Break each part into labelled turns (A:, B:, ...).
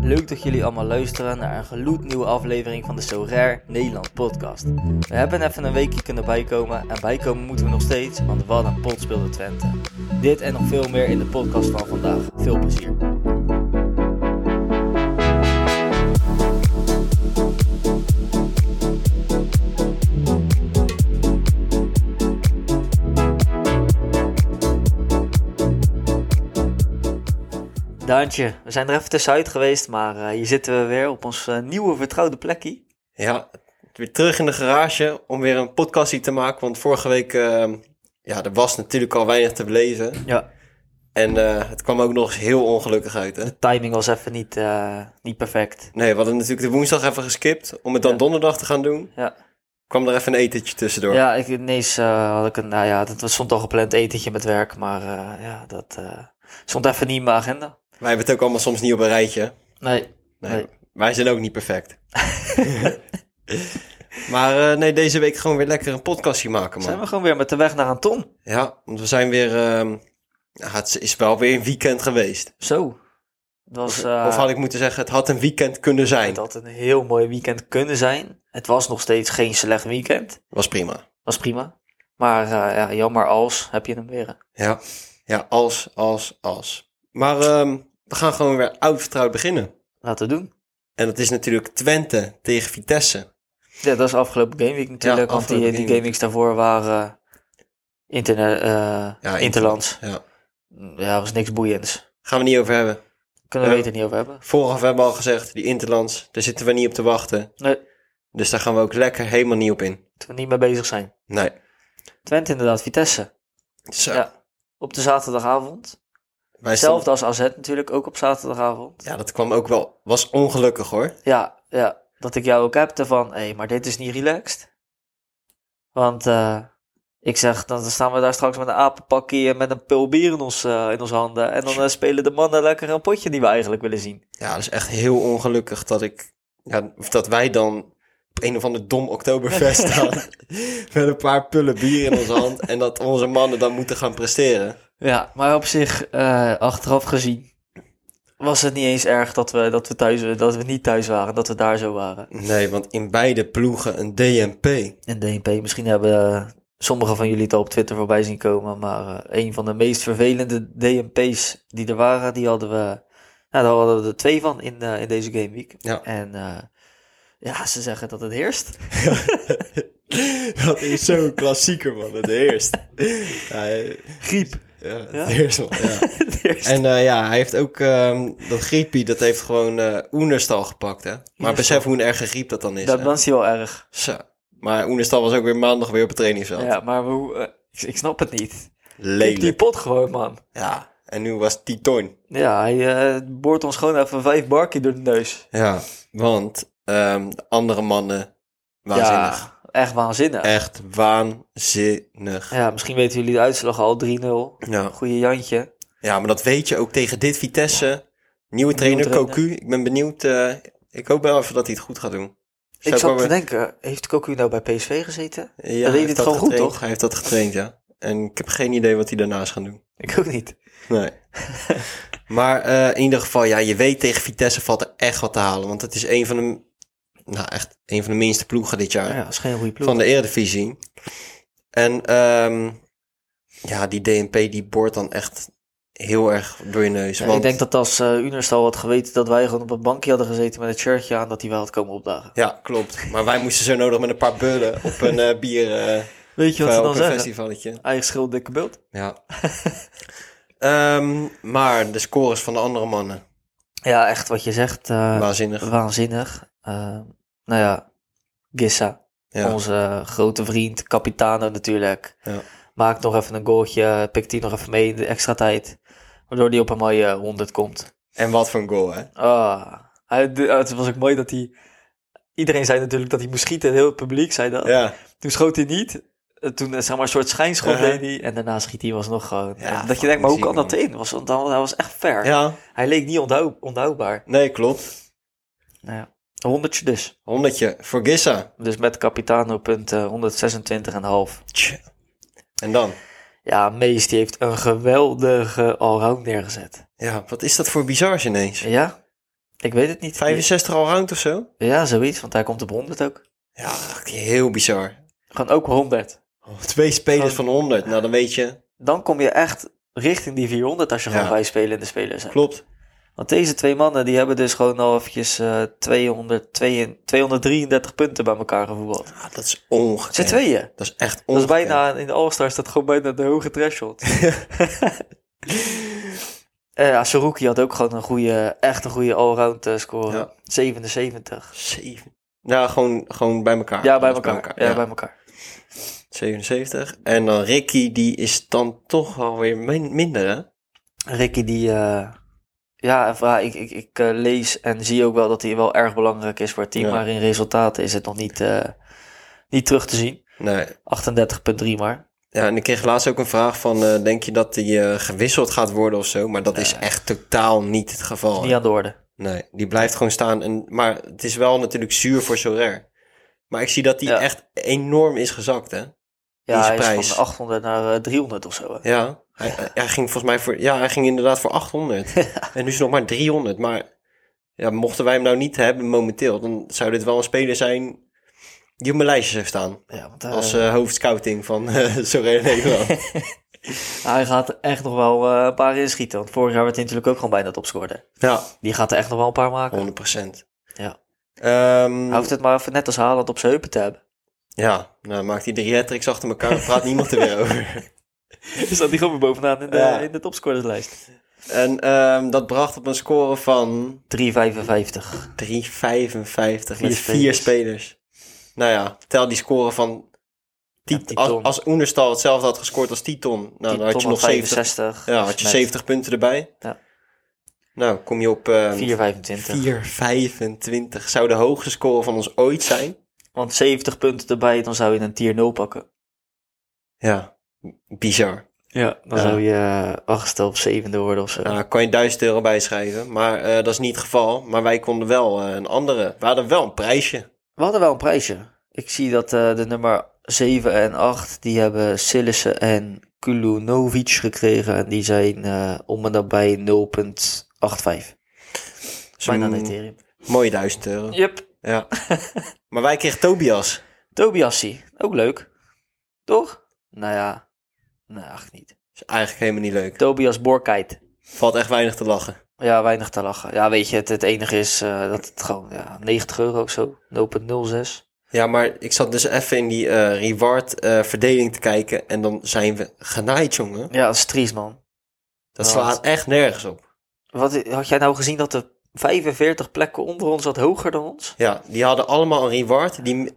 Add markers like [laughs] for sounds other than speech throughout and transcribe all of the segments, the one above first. A: Leuk dat jullie allemaal luisteren naar een gloednieuwe aflevering van de So Rare Nederland podcast. We hebben even een weekje kunnen bijkomen en bijkomen moeten we nog steeds, want wat een pot speelde Twente. Dit en nog veel meer in de podcast van vandaag. Veel plezier. Daantje, we zijn er even tussenuit geweest, maar eh, hier zitten we weer op ons eh, nieuwe vertrouwde plekje.
B: Ja, weer terug in de garage om weer een podcastie te maken. Want vorige week, eh, ja, er was natuurlijk al weinig te belezen.
A: Ja,
B: En eh, het kwam ook nog eens heel ongelukkig uit, hè?
A: timing was even niet, eh, niet perfect.
B: Nee, we hadden natuurlijk de woensdag even geskipt om het dan
A: Ja.
B: donderdag te gaan doen.
A: Ja.
B: Kwam er even een etentje tussendoor.
A: Ja, ik, ineens eh, had ik een, nou ja, dat was stond al gepland etentje met werk, maar eh, ja, dat eh, stond even niet in mijn agenda.
B: Wij hebben het ook allemaal soms niet op een rijtje.
A: Nee,
B: Nee,
A: Nee.
B: Wij zijn ook niet
A: [laughs]
B: perfect. maar eh, nee, deze week gewoon weer lekker een podcastje maken, man.
A: zijn we gewoon weer met de weg naar een ton.
B: Ja, want we zijn weer... ehm, ja, het is wel weer een weekend geweest.
A: Zo. Het was, eh,
B: of had ik moeten zeggen, het had een weekend kunnen zijn.
A: het had een heel mooi weekend kunnen zijn. Het was nog steeds geen slecht weekend.
B: Was prima.
A: Was prima. Maar eh, ja, jammer als, heb je hem weer. eh,
B: Ja, ja als, als, als. Maar ehm, we gaan gewoon weer oud vertrouwd beginnen.
A: Laten we doen.
B: En dat is natuurlijk Twente tegen Vitesse.
A: Ja, dat is afgelopen gameweek natuurlijk, want die,
B: afgelopen
A: die
B: gameweek.
A: gameweeks daarvoor waren internet,
B: inter-
A: interlands. Mm,
B: Ja.
A: Ja, was niks boeiends.
B: Gaan we niet over hebben.
A: Kunnen we
B: Ja.
A: het er niet over hebben.
B: Vooraf hebben we al gezegd, die Interlands, daar zitten we niet op te wachten.
A: Nee,
B: Dus daar gaan we ook lekker helemaal niet op in.
A: moeten we niet mee bezig zijn.
B: Nee.
A: Twente inderdaad, Vitesse.
B: Zo.
A: Ja, op de zaterdagavond.
B: wij stonden-
A: Hetzelfde als AZ natuurlijk, ook op zaterdagavond.
B: Ja, dat kwam ook wel. Was ongelukkig hoor.
A: Ja, ja dat ik jou ook heb van, hé, maar dit is niet relaxed. Want eh, ik zeg, dan staan we daar straks met een apenpakje en met een pul bier in, ons, eh, in onze handen. En dan eh, spelen de mannen lekker een potje die we eigenlijk willen zien.
B: Ja, dat is echt heel ongelukkig dat ik. Ja, of dat wij dan op een of ander dom
A: [laughs]
B: Oktoberfest staan. met een paar pullen bier in onze hand. En dat onze mannen dan moeten gaan presteren.
A: Ja, maar op zich, eh, achteraf gezien, was het niet eens erg dat we, dat, we thuis, dat we niet thuis waren, dat we daar zo waren.
B: Nee, want in beide ploegen een DNP.
A: En DNP, misschien hebben eh, sommigen van jullie het al op Twitter voorbij zien komen, maar eh, een van de meest vervelende DNP's die er waren, die hadden we, nou, daar hadden we er twee van in, eh, in deze gameweek.
B: Ja.
A: En eh, ja, ze zeggen dat het heerst.
B: dat is zo'n klassieker, man. Het eerst. Ja,
A: Griep.
B: ja, het
A: Ja?
B: heerst, man.
A: [laughs]
B: Ja.
A: Het heerst.
B: En eh, ja, hij heeft ook ehm, dat griepie, dat heeft gewoon eh Oenerstal gepakt, hè. Maar
A: Oenerstal.
B: besef hoe een erge griep dat dan is,
A: [laughs] dat
B: hè.
A: was hij wel erg.
B: Zo. Maar Oenerstal was ook weer maandag weer op het trainingsveld.
A: Ja, maar hoe, eh, ik, ik snap het niet. Kip die
B: Lelijk.
A: pot gewoon, man.
B: Ja. En nu was Titoin.
A: Ja, hij eh, boort ons gewoon even vijf barkie door de neus.
B: Ja. Want ehm, de andere mannen, waanzinnig.
A: Ja, echt waanzinnig.
B: Echt waanzinnig.
A: Ja, misschien weten jullie de uitslag al, 3-0.
B: Ja.
A: Goeie Jantje.
B: Ja, maar dat weet je ook tegen dit Vitesse. Nieuwe trainer,
A: trainer.
B: Cocu. Ik ben benieuwd. eh, ik hoop wel even dat hij het goed gaat doen.
A: Ik
B: Zou
A: zat
B: wel
A: te
B: weer-
A: denken, heeft Cocu nou bij PSV gezeten? [laughs]
B: Ja, hij
A: deed hij
B: heeft
A: het gewoon goed,
B: getraind.
A: toch?
B: Hij heeft dat getraind, ja. En ik heb geen idee wat hij daarnaast gaat doen.
A: Ik ook niet. [laughs]
B: Nee. maar eh, in ieder geval, ja, je weet tegen Vitesse valt er echt wat te halen. Want het is een van de, nou, echt een van de minste ploegen dit jaar.
A: Ja, dat is geen goede ploeg.
B: van de Eredivisie. En ehm, ja, die DNP die boort dan echt heel erg door je neus.
A: Ja,
B: want
A: Ik denk dat als eh Unerstal had geweten dat wij gewoon op een bankje hadden gezeten met een shirtje aan, dat hij wel had komen opdagen.
B: Ja, klopt. Maar wij moesten zo nodig met een paar bullen op een eh, bier eh
A: Weet je
B: of,
A: wat
B: eh,
A: ze
B: op
A: dan
B: een
A: zeggen?
B: festivalletje.
A: Eigen schuld, dikke beeld.
B: Ja. [laughs] Ehm, maar de scores van de andere mannen,
A: Ja, echt wat je zegt. eh,
B: waanzinnig.
A: waanzinnig. Eh, nou ja, Gissa.
B: Ja.
A: Onze grote vriend, Capitano natuurlijk.
B: Ja.
A: Maakt nog even een goaltje, pikt die nog even mee in de extra tijd. Waardoor hij op een mooie 100 komt.
B: En wat voor een goal, hè?
A: Ah, hij, de- het was ook mooi dat hij... Iedereen zei natuurlijk dat hij moest schieten. Heel het publiek zei dat.
B: Ja,
A: Toen schoot hij niet. Eh, Toen eh, zeg maar een soort schijnschot
B: Uh-huh.
A: deed hij. En daarna schiet hij was nog gewoon...
B: Ja,
A: En dat je
B: fucking
A: denkt, maar hoe
B: ziek,
A: kan dat
B: man.
A: in? Was, want hij was echt ver.
B: ja.
A: Hij leek niet onthou- onhoudbaar.
B: nee, klopt.
A: Nou ja, een honderdje dus.
B: Honderdje voor Gissa.
A: Dus met Capitano punt eh, 126,5.
B: Tje. En dan?
A: Ja, Mees die heeft een geweldige allround neergezet.
B: Ja, wat is dat voor bizar ineens?
A: Ja? Ik weet het niet.
B: 65 al round of zo?
A: Ja, zoiets, want hij komt op 100 ook.
B: Ja, heel bizar.
A: Gewoon ook 100.
B: Twee spelers
A: Oh.
B: van 100. Nou, dan weet je.
A: Dan kom je echt richting die 400 als je
B: Ja.
A: gewoon vijf spelende spelers hebt.
B: Klopt.
A: Want deze twee mannen die hebben dus gewoon al eventjes eh 200, 233 punten bij elkaar gevoerd.
B: Ah, dat is ongekend.
A: Het zijn tweeën.
B: Dat is echt
A: Dat is
B: ongekend.
A: bijna, in de All-Stars staat gewoon bijna de hoge
B: [laughs]
A: threshold. Eh ja, Saruki had ook gewoon een goede, echt een goede allround eh, score.
B: Ja.
A: 77.
B: Zeven. Nou, gewoon, gewoon bij elkaar.
A: Ja, bij
B: Alles
A: elkaar. Ja,
B: Ja.
A: bij elkaar.
B: 77. En dan Ricky, die is dan toch wel weer min- minder, hè?
A: Ricky die... eh, ja, of, ah, ik, ik, ik eh, lees en zie ook wel dat hij wel erg belangrijk is voor het team.
B: Ja.
A: Maar in resultaten is het nog niet, eh, niet terug te zien.
B: Nee.
A: 38,3 maar.
B: Ja, en ik kreeg laatst ook een vraag van, eh, denk je dat die eh, gewisseld gaat worden of zo? Maar dat is echt totaal niet het geval.
A: Niet aan de orde.
B: Nee, die blijft gewoon staan. En, maar het is wel natuurlijk zuur voor Soler. Maar ik zie dat die
A: Ja.
B: echt enorm is gezakt, hè?
A: Ja, hij is
B: prijs.
A: van 800 naar eh, 300 of zo. hè.
B: Ja, hij, hij ging volgens mij voor... Ja, hij ging inderdaad voor 800. En nu is het nog maar 300. Maar ja, mochten wij hem nou niet hebben momenteel... dan zou dit wel een speler zijn die op mijn lijstje zou staan.
A: Ja, want, eh,
B: Als eh, hoofdscouting van [laughs] eh Sorry Nederland.
A: hij gaat er echt nog wel eh, een paar inschieten. Want vorig jaar werd hij natuurlijk ook gewoon bijna topscorer.
B: ja,
A: Die gaat er echt nog wel een paar maken.
B: 100 procent.
A: Ja.
B: Ehm,
A: Hij hoeft het maar even net als Haaland op zijn heupen te
B: [laughs]
A: hebben.
B: ja, nou maakt hij drie hat achter elkaar. dan praat niemand er weer over.
A: Staat hij gewoon weer bovenaan in de,
B: Ja.
A: in de topscorerslijst.
B: En ehm, dat bracht op een score van
A: 3,55.
B: 3,55 met
A: Vier
B: vier
A: spelers.
B: spelers. Nou ja, tel die score van Tiet-
A: Ja, Titon.
B: als, als Oenerstal hetzelfde had gescoord als Titon, nou, dan had je nog 70,
A: 65.
B: ja, had je
A: Met
B: 70 punten erbij.
A: Ja.
B: Nou, kom je op ehm,
A: 4,25.
B: 4,25. Zou de hoogste score van ons ooit zijn.
A: Want 70 punten erbij, dan zou je een tier 0 pakken.
B: Ja, bizar.
A: Ja. Dan
B: Ja.
A: zou je eh, achtste op zevende worden of zo.
B: Nou, kan je 1000 euro bijschrijven, maar eh, dat is niet het geval. Maar wij konden wel eh, een andere. We hadden wel een prijsje.
A: We hadden wel een prijsje. Ik zie dat eh, de nummer 7 en 8, die hebben Sillissen en Kulunovic gekregen. En die zijn eh, om en nabij 0,85.
B: Zo'n
A: Bijna een Ethereum.
B: mooie 1000 euro.
A: Yep. [laughs]
B: Ja. maar wij kregen Tobias.
A: Tobiassi, ook leuk. Toch? Nou ja, nou eigenlijk niet.
B: Is eigenlijk helemaal niet leuk.
A: Tobias Borkait.
B: Valt echt weinig te lachen.
A: Ja, weinig te lachen. Ja, weet je, het, het enige is eh, dat het gewoon ja, 90 euro of zo, 0,06.
B: Ja, maar ik zat dus even in die eh, reward eh, verdeling te kijken. En dan zijn we genaaid, jongen.
A: Ja, dat is triest, man. Wat?
B: Dat slaat echt nergens op.
A: Wat, had jij nou gezien dat er 45 plekken onder ons zat hoger dan ons?
B: Ja, die hadden allemaal een reward die m-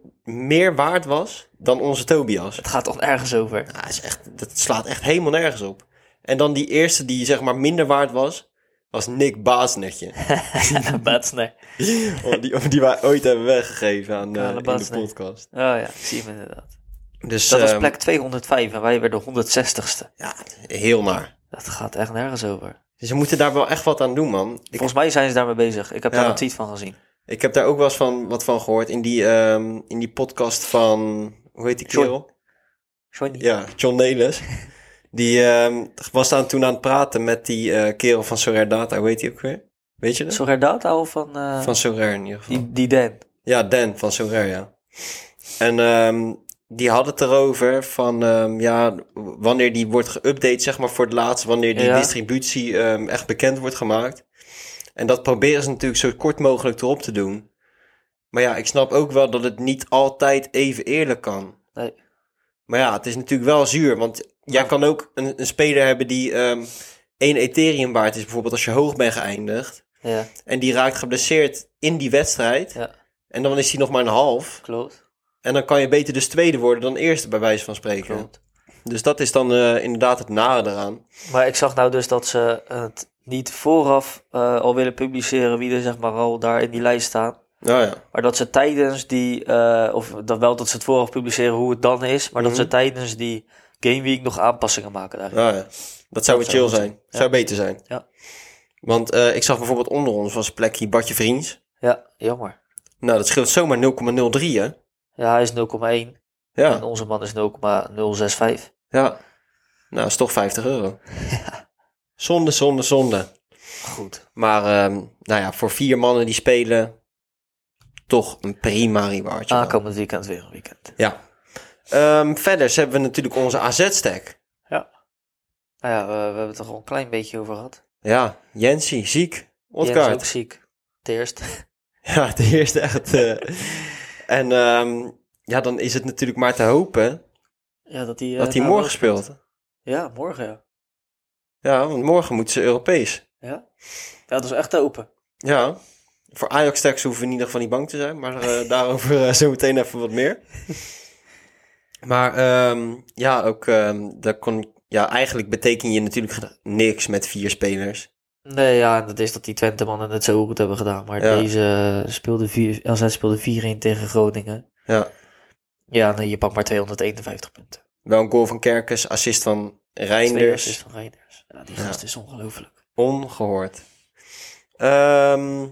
B: meer waard was dan onze Tobias.
A: Het gaat toch ergens over?
B: [laughs] Ja, is echt, dat slaat echt helemaal nergens op. En dan die eerste die zeg maar minder waard was, was Nick [laughs] Baasnetje.
A: Batsner.
B: Oh, die, die wij ooit hebben weggegeven aan eh,
A: Kale
B: in de
A: Baasner.
B: podcast.
A: Oh ja, ik zie hem inderdaad.
B: Dus
A: Dat was
B: ehm,
A: plek 205 en wij werden 160ste.
B: ja, heel naar.
A: Dat gaat echt nergens over.
B: Dus we moeten daar wel echt wat aan doen, man. Ik,
A: Volgens mij zijn ze daarmee bezig. Ik heb daar
B: Ja.
A: een tweet van gezien.
B: ik heb daar ook wel eens van, wat van gehoord in die, ehm, in die podcast van, hoe heet die
A: John.
B: kerel?
A: Johnny.
B: Ja, John Nelis. Die ehm, was daar toen aan het praten met die eh, kerel van Sorare Data, hoe heet die ook weer? Weet je dat?
A: Sorry, dat al van, eh,
B: Van Sorare in ieder geval.
A: die, die Dan.
B: Ja, Dan van Sorare, ja. En ehm, die had het erover van ehm, ja, wanneer die wordt geüpdate, zeg maar voor het laatst, wanneer die
A: Ja.
B: distributie ehm, echt bekend wordt gemaakt. En dat proberen ze natuurlijk zo kort mogelijk erop te doen. Maar ja, ik snap ook wel dat het niet altijd even eerlijk kan.
A: Nee.
B: Maar ja, het is natuurlijk wel zuur, want jij
A: Ja.
B: kan ook een, een speler hebben die ehm één Ethereum waard is, bijvoorbeeld als je hoog bent geëindigd.
A: Ja,
B: En die raakt geblesseerd in die wedstrijd.
A: Ja.
B: En dan is hij nog maar een half.
A: klopt.
B: En dan kan je beter dus tweede worden dan eerste, bij wijze van spreken.
A: klopt.
B: Dus dat is dan eh, inderdaad het nare eraan.
A: Maar ik zag nou dus dat ze het niet vooraf eh, al willen publiceren wie er zeg maar al daar in die lijst staan.
B: Nou ja,
A: Maar dat ze tijdens die, eh, of dat wel dat ze het vooraf publiceren hoe het dan is, maar
B: Mhm.
A: dat ze tijdens die game week nog aanpassingen maken daar.
B: nou ja. dat zou
A: Dat
B: weer
A: zou
B: chill
A: goed
B: zijn.
A: Ja.
B: Zou beter zijn.
A: Ja.
B: Want eh, ik zag bijvoorbeeld onder ons was plekje Bartje Vriends.
A: Ja, jammer.
B: Nou, dat scheelt zomaar 0,03 hè.
A: Ja, hij is 0,1 en
B: Ja,
A: onze man is 0,065. [laughs]
B: ja. Nou, dat is toch 50 euro. Zonde, zonde, zonde.
A: Goed.
B: Maar ehm, nou ja, voor vier mannen die spelen, toch een prima rewardje. wel.
A: Aankomend weekend weer een weekend.
B: Ja. Ehm, verder hebben we natuurlijk onze AZ-stack.
A: Nou ja, we, we hebben het er al een klein beetje over gehad.
B: Ja, Jensie, ziek.
A: Jens is ook
B: Odgaard.
A: ziek. De eerste.
B: Ja, de eerste echt. eh. en ehm, ja, dan is het natuurlijk maar te hopen
A: [laughs] Ja, dat hij... eh,
B: dat hij
A: nou,
B: morgen
A: wel-
B: speelt.
A: Ja, morgen ja.
B: Ja, want morgen moeten ze Europees.
A: Ja, ja dat is echt open.
B: Ja. Voor Ajax-stacks hoeven we in ieder geval niet bang te zijn,
A: [laughs]
B: maar eh, daarover eh, zo meteen even wat meer. Maar ehm, ja, ook, ehm, dat kon, ja, eigenlijk beteken je natuurlijk niks met vier spelers.
A: Nee, ja, en dat is dat die Twente mannen het zo goed hebben gedaan. Maar
B: Ja.
A: deze speelde vier, AZ speelde 4-1 tegen Groningen.
B: Ja.
A: Ja, nee, je pakt maar 251 punten.
B: Wel een goal van Kerkers, assist van
A: Twee
B: Reinders.
A: assists van Reinders. Ja, die gast is ongelooflijk.
B: Ongehoord. Ehm,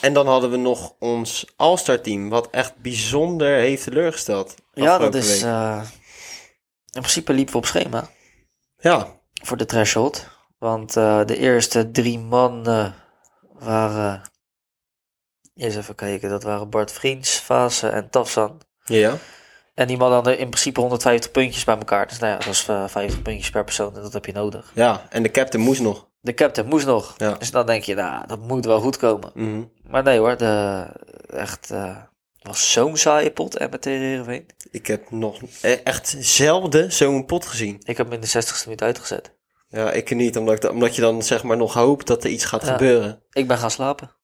B: en dan hadden we nog ons All-Star team, wat echt bijzonder heeft teleurgesteld.
A: Ja, dat
B: afgelopen
A: is...
B: week.
A: eh, in principe liepen we op schema.
B: Ja,
A: voor de threshold. Want eh, de eerste drie mannen waren. Eens even kijken, dat waren Bart Vriends, Fase en Tafsan.
B: ja.
A: En die mannen hadden in principe 150 puntjes bij elkaar. Dus nou ja, dat is eh, 50 puntjes per persoon en dat heb je nodig.
B: ja. En de captain moest nog.
A: De captain moest nog.
B: Ja.
A: Dus dan denk je, nou, dat moet wel goed komen.
B: Mhm.
A: Maar nee hoor, de, echt. eh, was zo'n saaie pot en met tegen Heerenveen.
B: Ik heb nog e- echt zelden zo'n pot gezien.
A: Ik heb hem in de 60ste minuut uitgezet.
B: Ja, ik niet, omdat, ik da- omdat je dan zeg maar nog hoopt dat er iets gaat
A: Ja.
B: gebeuren.
A: Ik ben gaan slapen.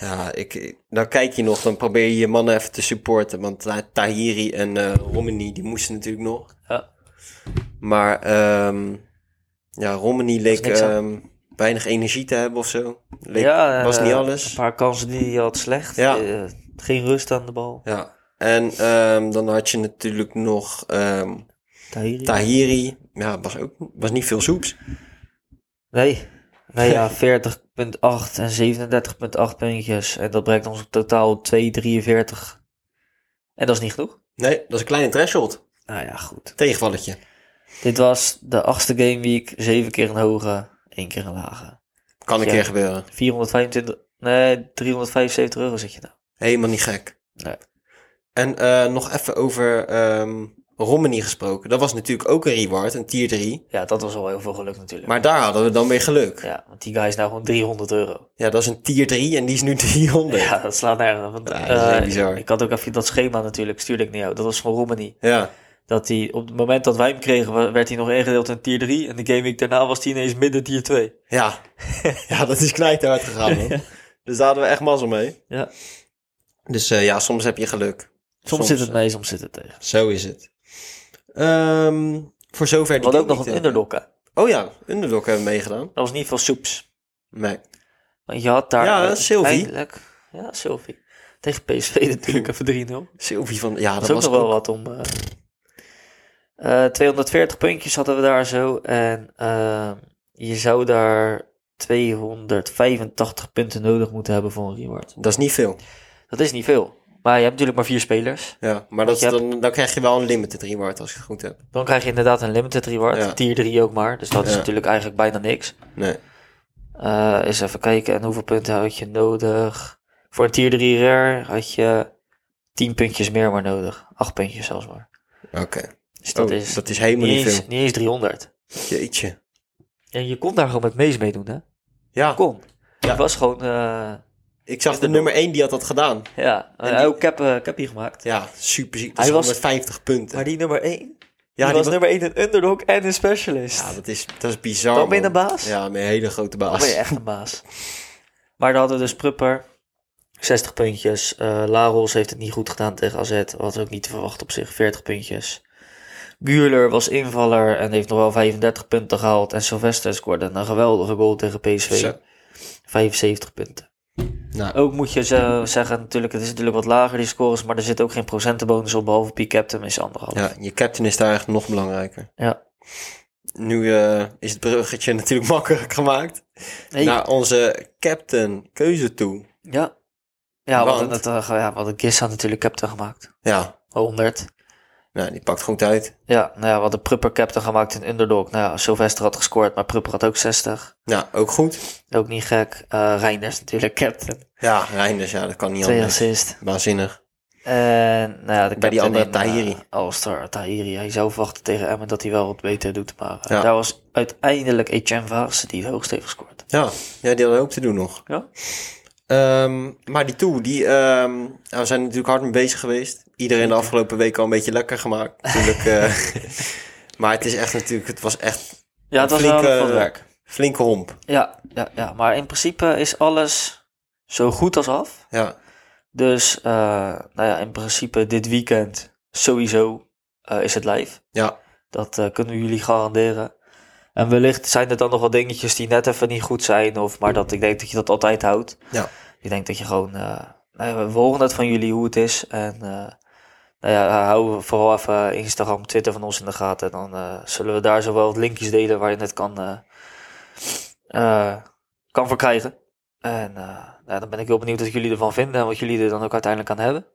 B: Ja, ik, dan kijk je nog, dan probeer je je mannen even te supporten. Want eh, Tahiri en eh Romani, die moesten natuurlijk nog.
A: Ja.
B: Maar ehm ja, Romney leek
A: niks aan.
B: ehm, weinig energie te hebben of zo. Leek,
A: ja, eh,
B: was niet
A: Een
B: alles.
A: paar kansen die hij had slecht.
B: Ja.
A: Eh, geen rust aan de bal.
B: Ja. En ehm, dan had je natuurlijk nog ehm,
A: Tahiri.
B: Tahiri. Ja, was ook was niet veel soeps.
A: nee. Nee,
B: [laughs]
A: ja, 40.8 en 37.8 puntjes. En dat brengt ons op totaal 243. En dat is niet genoeg.
B: Nee, dat is een kleine threshold.
A: Nou ja, goed.
B: Tegenvalletje.
A: Dit was de achtste game week. Zeven keer een hoge, één keer een lage.
B: Kan een
A: Ja.
B: keer gebeuren.
A: 425, nee, 375 euro zit je nou.
B: Helemaal niet gek.
A: Nee.
B: En eh, nog even over ehm Romney gesproken. Dat was natuurlijk ook een reward, een tier 3.
A: Ja, dat was wel heel veel geluk natuurlijk.
B: Maar daar hadden we dan weer geluk.
A: Ja, want die guy is nou gewoon 300 euro.
B: Ja, dat is een tier 3 en die is nu [laughs] 300.
A: Ja, dat slaat nergens op. Want,
B: Ja, dat is
A: eh,
B: echt bizar.
A: Ik had ook even dat schema natuurlijk, stuurde ik naar jou. Dat was van Romani.
B: ja.
A: Dat hij, op het moment dat wij hem kregen, wa- werd hij nog ingedeeld in tier 3. En de game week daarna was hij ineens midden tier 2.
B: Ja,
A: [laughs]
B: ja dat is knijterhard gegaan. man. Dus daar hadden we echt mazzel mee.
A: Ja.
B: Dus eh, ja, soms heb je geluk.
A: Soms, zit
B: eh.
A: het mee, soms zit het tegen.
B: Zo is het. Ehm, voor zover die
A: We hadden ook
B: game
A: nog
B: niet,
A: een
B: eh,
A: underdog. hè. Dat
B: Oh ja, underdog hebben we meegedaan.
A: was niet veel soeps.
B: Nee.
A: Want je had daar...
B: Ja,
A: eh,
B: Sylvie.
A: uiteindelijk- Ja, Sylvie. Tegen PSV natuurlijk even 3-0.
B: Sylvie van... Ja,
A: Dat
B: dat
A: is ook
B: was
A: nog wel wat om... eh, eh, 240 puntjes hadden we daar zo. En eh, je zou daar 285 punten nodig moeten hebben voor een reward.
B: Dat is niet veel.
A: Dat is niet veel. Maar je hebt natuurlijk maar vier spelers.
B: Ja, maar dat,
A: je hebt-
B: dan, dan krijg je wel een limited reward als ik het goed heb.
A: Dan krijg je inderdaad een limited reward.
B: Ja.
A: Tier 3 ook maar. Dus dat is
B: Ja.
A: natuurlijk eigenlijk bijna niks.
B: Nee.
A: Eh eens even kijken. En hoeveel punten had je nodig? Voor een tier 3 rare had je 10 puntjes meer maar nodig. 8 puntjes zelfs maar.
B: Oké.
A: Dus dat
B: Dat,
A: is
B: Oh, dat is helemaal
A: niet
B: niet
A: eens,
B: veel.
A: niet eens 300.
B: Jeetje.
A: En je kon daar gewoon met Mees meedoen, hè?
B: Ja,
A: Kon.
B: Ja.
A: Het was gewoon... eh,
B: ik zag de nummer 1 die had dat gedaan.
A: ja,
B: En
A: ook cap, eh cap hier gemaakt.
B: Ja, super ziek. Dat
A: Hij
B: is
A: was-
B: 150 punten.
A: Maar die nummer 1,
B: ja,
A: die was
B: wa-
A: nummer 1 een underdog en een specialist.
B: ja, dat is, dat is bizar.
A: Dan ben je
B: man.
A: een baas.
B: Ja, met een hele grote
A: Dan
B: baas.
A: ben je echt een baas. Maar dan hadden we dus Prupper. 60 puntjes. Eh Laros heeft het niet goed gedaan tegen AZ. Wat ook niet te verwachten op zich. 40 puntjes. Guurler was invaller en heeft nog wel 35 punten gehaald. En Sylvester scoorde een geweldige goal tegen PSV.
B: Zo.
A: 75 punten.
B: Nou.
A: Ook moet je zo zeggen, natuurlijk, het is natuurlijk wat lager die scores. Maar er zit ook geen procentenbonus op. Behalve P Captain is anderhalf.
B: Ja, je captain is daar echt nog belangrijker.
A: Ja.
B: Nu eh, is het bruggetje [laughs] natuurlijk makkelijk gemaakt.
A: Hey.
B: Naar onze captain keuze toe.
A: ja. Ja, want,
B: Want-
A: het, eh, ja, want Gissa natuurlijk captain gemaakt.
B: Ja,
A: 100.
B: Nou, die pakt goed uit.
A: Ja, nou ja, we hadden Prupper captain gemaakt in underdog. Nou ja, Sylvester had gescoord, maar Prupper had ook 60.
B: Nou, ook goed.
A: Ook niet gek. Eh Reinders natuurlijk captain.
B: Ja, Reinders, ja, dat kan niet
A: Twee
B: anders.
A: assist.
B: Waanzinnig.
A: En nou ja, de
B: Bij die
A: captain
B: andere
A: in, eh,
B: Tahiri.
A: All-star Tahiri. Hij zou verwachten tegen Emmen dat hij wel wat beter doet. Maar eh,
B: Ja.
A: daar was uiteindelijk Etienne Vaarse die het hoogst heeft gescoord.
B: Ja, ja die had ook te doen nog.
A: Ja.
B: Ehm, maar die toe, die, ehm, nou, we zijn natuurlijk hard mee bezig geweest. Iedereen de afgelopen week al een beetje lekker gemaakt. Natuurlijk, eh,
A: [laughs]
B: maar het is echt natuurlijk, het was echt
A: Ja, het was
B: Flink,
A: wel
B: eh,
A: wat werk.
B: flinke homp.
A: Ja, ja, ja, maar in principe is alles zo goed als af.
B: Ja,
A: Dus eh, nou ja, in principe dit weekend sowieso eh, is het live.
B: ja,
A: Dat eh, kunnen we jullie garanderen. En wellicht zijn er dan nog wel dingetjes die net even niet goed zijn. Of, maar dat, ik denk dat je dat altijd houdt.
B: Ja.
A: Ik denk dat je gewoon... eh, nou ja, we horen het van jullie hoe het is. En eh, nou ja, hou vooral even Instagram, Twitter van ons in de gaten. En dan eh, zullen we daar zo wel wat linkjes delen waar je het kan, eh eh, kan voor krijgen. En eh, nou, dan ben ik heel benieuwd wat jullie ervan vinden. En wat jullie er dan ook uiteindelijk aan hebben.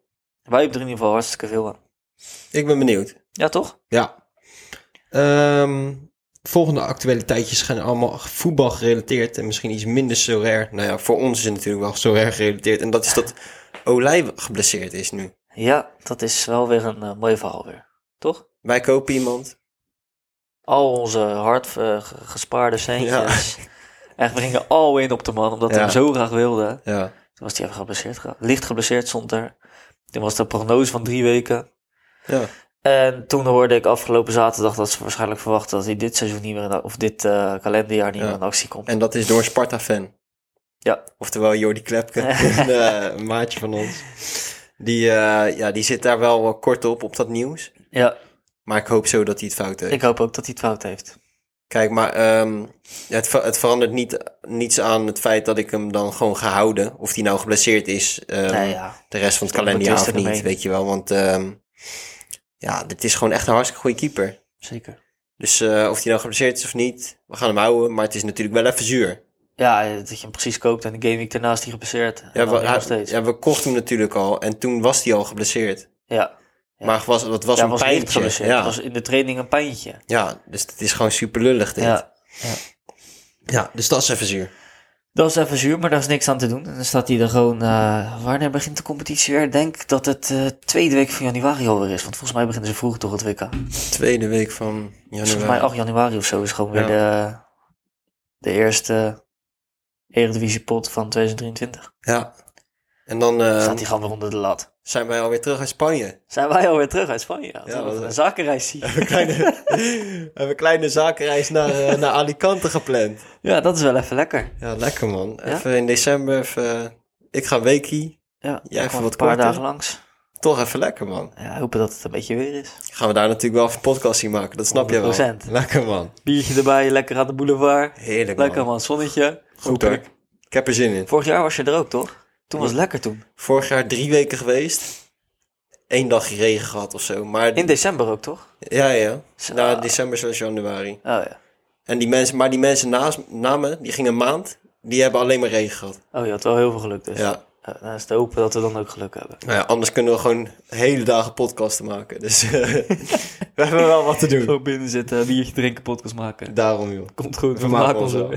A: Wij hebben er in ieder geval hartstikke veel aan.
B: ik ben benieuwd.
A: Ja, toch?
B: Ja. Ehm, volgende actualiteitjes gaan allemaal voetbal gerelateerd en misschien iets minder solair. Nou ja, voor ons is het natuurlijk wel solair gerelateerd. En dat is dat Olij geblesseerd is nu.
A: Ja, dat is wel weer een eh, mooi verhaal weer. Toch?
B: Wij kopen iemand.
A: Al onze hard eh, ge- gespaarde centjes. [laughs] Echt, we gingen al in op de man, omdat we
B: Ja.
A: hem zo graag wilden.
B: Ja.
A: Toen was hij even geblesseerd. geraakt. Licht geblesseerd stond er. Toen was de prognose van drie weken.
B: Ja.
A: En toen hoorde ik afgelopen zaterdag dat ze waarschijnlijk verwachten dat hij dit seizoen niet meer, in, a- of dit eh, kalenderjaar niet
B: Ja.
A: meer in actie komt.
B: En dat is door een Sparta-fan.
A: Ja.
B: Oftewel Jordi
A: [laughs]
B: Klepke, een eh, maatje van ons. Die, eh, ja, die zit daar wel eh, kort op, op dat nieuws.
A: Ja,
B: Maar ik hoop zo dat hij het fout heeft.
A: ik hoop ook dat hij het fout heeft.
B: Kijk, maar ehm, het, ver- het verandert niet, niets aan het feit dat ik hem dan gewoon ga houden. Of die nou geblesseerd is ehm,
A: nou ja,
B: de rest van het
A: Dan moet
B: kalenderjaar
A: Twist
B: of
A: er
B: niet,
A: omheen.
B: weet je wel. Want ehm, ja, dit is gewoon echt een hartstikke goede keeper.
A: zeker.
B: Dus eh, of die nou geblesseerd is of niet, we gaan hem houden. Maar het is natuurlijk wel even zuur.
A: Ja, eh, dat je hem precies koopt en de game week daarnaast die geblesseerd. En
B: Ja,
A: dan
B: we,
A: weer nog
B: hij-
A: steeds.
B: ja, we kochten hem natuurlijk al en toen was hij al geblesseerd.
A: ja. Ja.
B: Maar was, dat was
A: Ja,
B: een
A: was licht
B: pijntje.
A: geblesseerd.
B: ja.
A: Het was in de training een pijntje.
B: ja, dus het is gewoon super lullig dit.
A: Ja.
B: Ja. dus dat is even zuur.
A: Dat is even zuur, maar daar is niks aan te doen. En dan staat hij er gewoon... eh, wanneer begint de competitie weer? Ik denk dat het eh, tweede week van januari alweer is. Want volgens mij beginnen ze vroeg toch het WK. Dus
B: Tweede week van
A: volgens mij
B: januari.
A: 8 januari of zo is gewoon weer
B: Ja.
A: de, de eerste Eredivisie-pot van 2023.
B: Ja. En dan eh,
A: staat hij gewoon weer onder de lat.
B: zijn wij alweer terug uit [laughs] Spanje.
A: Zijn wij alweer terug uit Spanje? Ja,
B: Ja,
A: wat
B: dat-
A: een zakenreis zie.
B: [laughs] We kleine, we hebben een kleine zakenreis naar, eh, naar Alicante gepland.
A: Ja, dat is wel even lekker.
B: Ja, lekker man. Even in december, even, eh, ik ga een weekie.
A: Ja,
B: Jij even
A: kom
B: wat
A: een paar
B: korter.
A: dagen langs.
B: Toch even lekker man.
A: Ja, hopen dat het een beetje weer is.
B: Gaan we daar natuurlijk wel even een podcast in maken, dat snap je wel.
A: 100%.
B: Lekker man.
A: Biertje erbij, lekker aan de boulevard.
B: Heerlijk
A: Lekker
B: man.
A: man, zonnetje.
B: Goed hoor. Ik heb er zin in.
A: Vorig jaar was je er ook, toch? Toen was het lekker toen.
B: Vorig jaar drie weken geweest. Eén dagje regen gehad of zo. Maar
A: In december ook, toch?
B: ja, ja.
A: Zo.
B: Na december zoals januari.
A: Oh ja.
B: En die mensen, maar die mensen naast, na me, die gingen een maand. Die hebben alleen maar regen gehad.
A: Oh, je had wel heel veel geluk dus.
B: Ja.
A: Eh, dan is te hopen dat we dan ook geluk hebben.
B: Nou ja, anders kunnen we gewoon hele dagen podcasten maken. Dus [laughs] eh, we hebben wel wat te doen.
A: Gewoon binnen zitten, biertje drinken, podcast maken.
B: Daarom joh.
A: Komt goed,
B: We maken ons wel.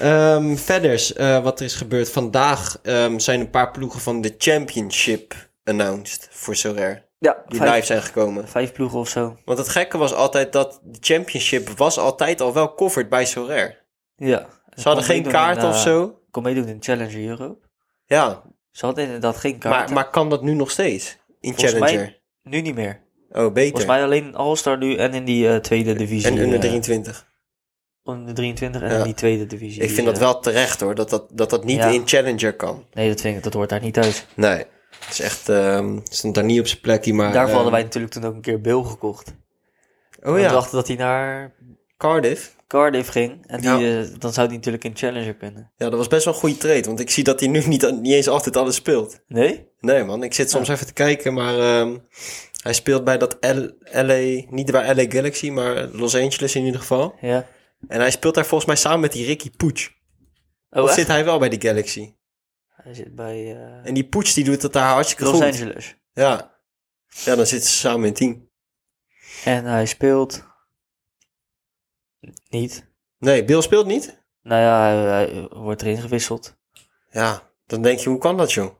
B: Ehm verder, eh, wat er is gebeurd. Vandaag ehm, zijn een paar ploegen van de Championship announced voor Sorare.
A: Ja,
B: Die
A: vijf,
B: live zijn gekomen.
A: vijf ploegen of zo.
B: Want het gekke was altijd dat de Championship was altijd al wel covered bij Sorare.
A: Ja.
B: Ze hadden geen kaart of zo.
A: Kom eh, meedoen in Challenger Europe.
B: Ja,
A: Ze hadden inderdaad geen kaart.
B: maar, maar kan dat nu nog steeds? In
A: Volgens mij-
B: Challenger?
A: Nu niet meer.
B: Oh, beter.
A: Volgens mij alleen in All-Star nu en in die eh, tweede divisie.
B: en onder
A: eh,
B: 23.
A: onder 23 en
B: Ja.
A: in die tweede divisie.
B: Ik vind dat
A: eh,
B: wel terecht hoor, dat dat, dat, dat niet
A: Ja.
B: in Challenger kan.
A: Nee, dat, vind ik, dat hoort daar niet uit.
B: Nee. Het is echt, ehm, stond daar niet op zijn plekje, maar...
A: Daarvoor
B: ehm,
A: hadden wij natuurlijk toen ook een keer Bill gekocht.
B: Oh
A: We
B: ja,
A: dachten dat hij naar
B: Cardiff.
A: Cardiff ging. En die,
B: Ja.
A: eh, dan zou hij natuurlijk in Challenger kunnen.
B: Ja, dat was best wel een goede trade, want ik zie dat hij nu niet, niet eens altijd alles speelt.
A: Nee?
B: Nee man, ik zit soms even te kijken, maar ehm, hij speelt bij dat L LA, niet bij LA Galaxy, maar Los Angeles in ieder geval.
A: Ja.
B: En hij speelt daar volgens mij samen met die Ricky Pooch.
A: Oh,
B: Of
A: echt?
B: zit hij wel bij de Galaxy?
A: Hij zit bij eh,
B: En die Pooch die doet dat daar hartstikke
A: Los
B: goed.
A: Angeles.
B: Ja. Ja, dan zitten ze samen in team.
A: En hij speelt. Niet.
B: Nee, Bill speelt niet.
A: Nou ja, hij, hij wordt erin gewisseld.
B: Ja, dan denk je, hoe kan dat, joh?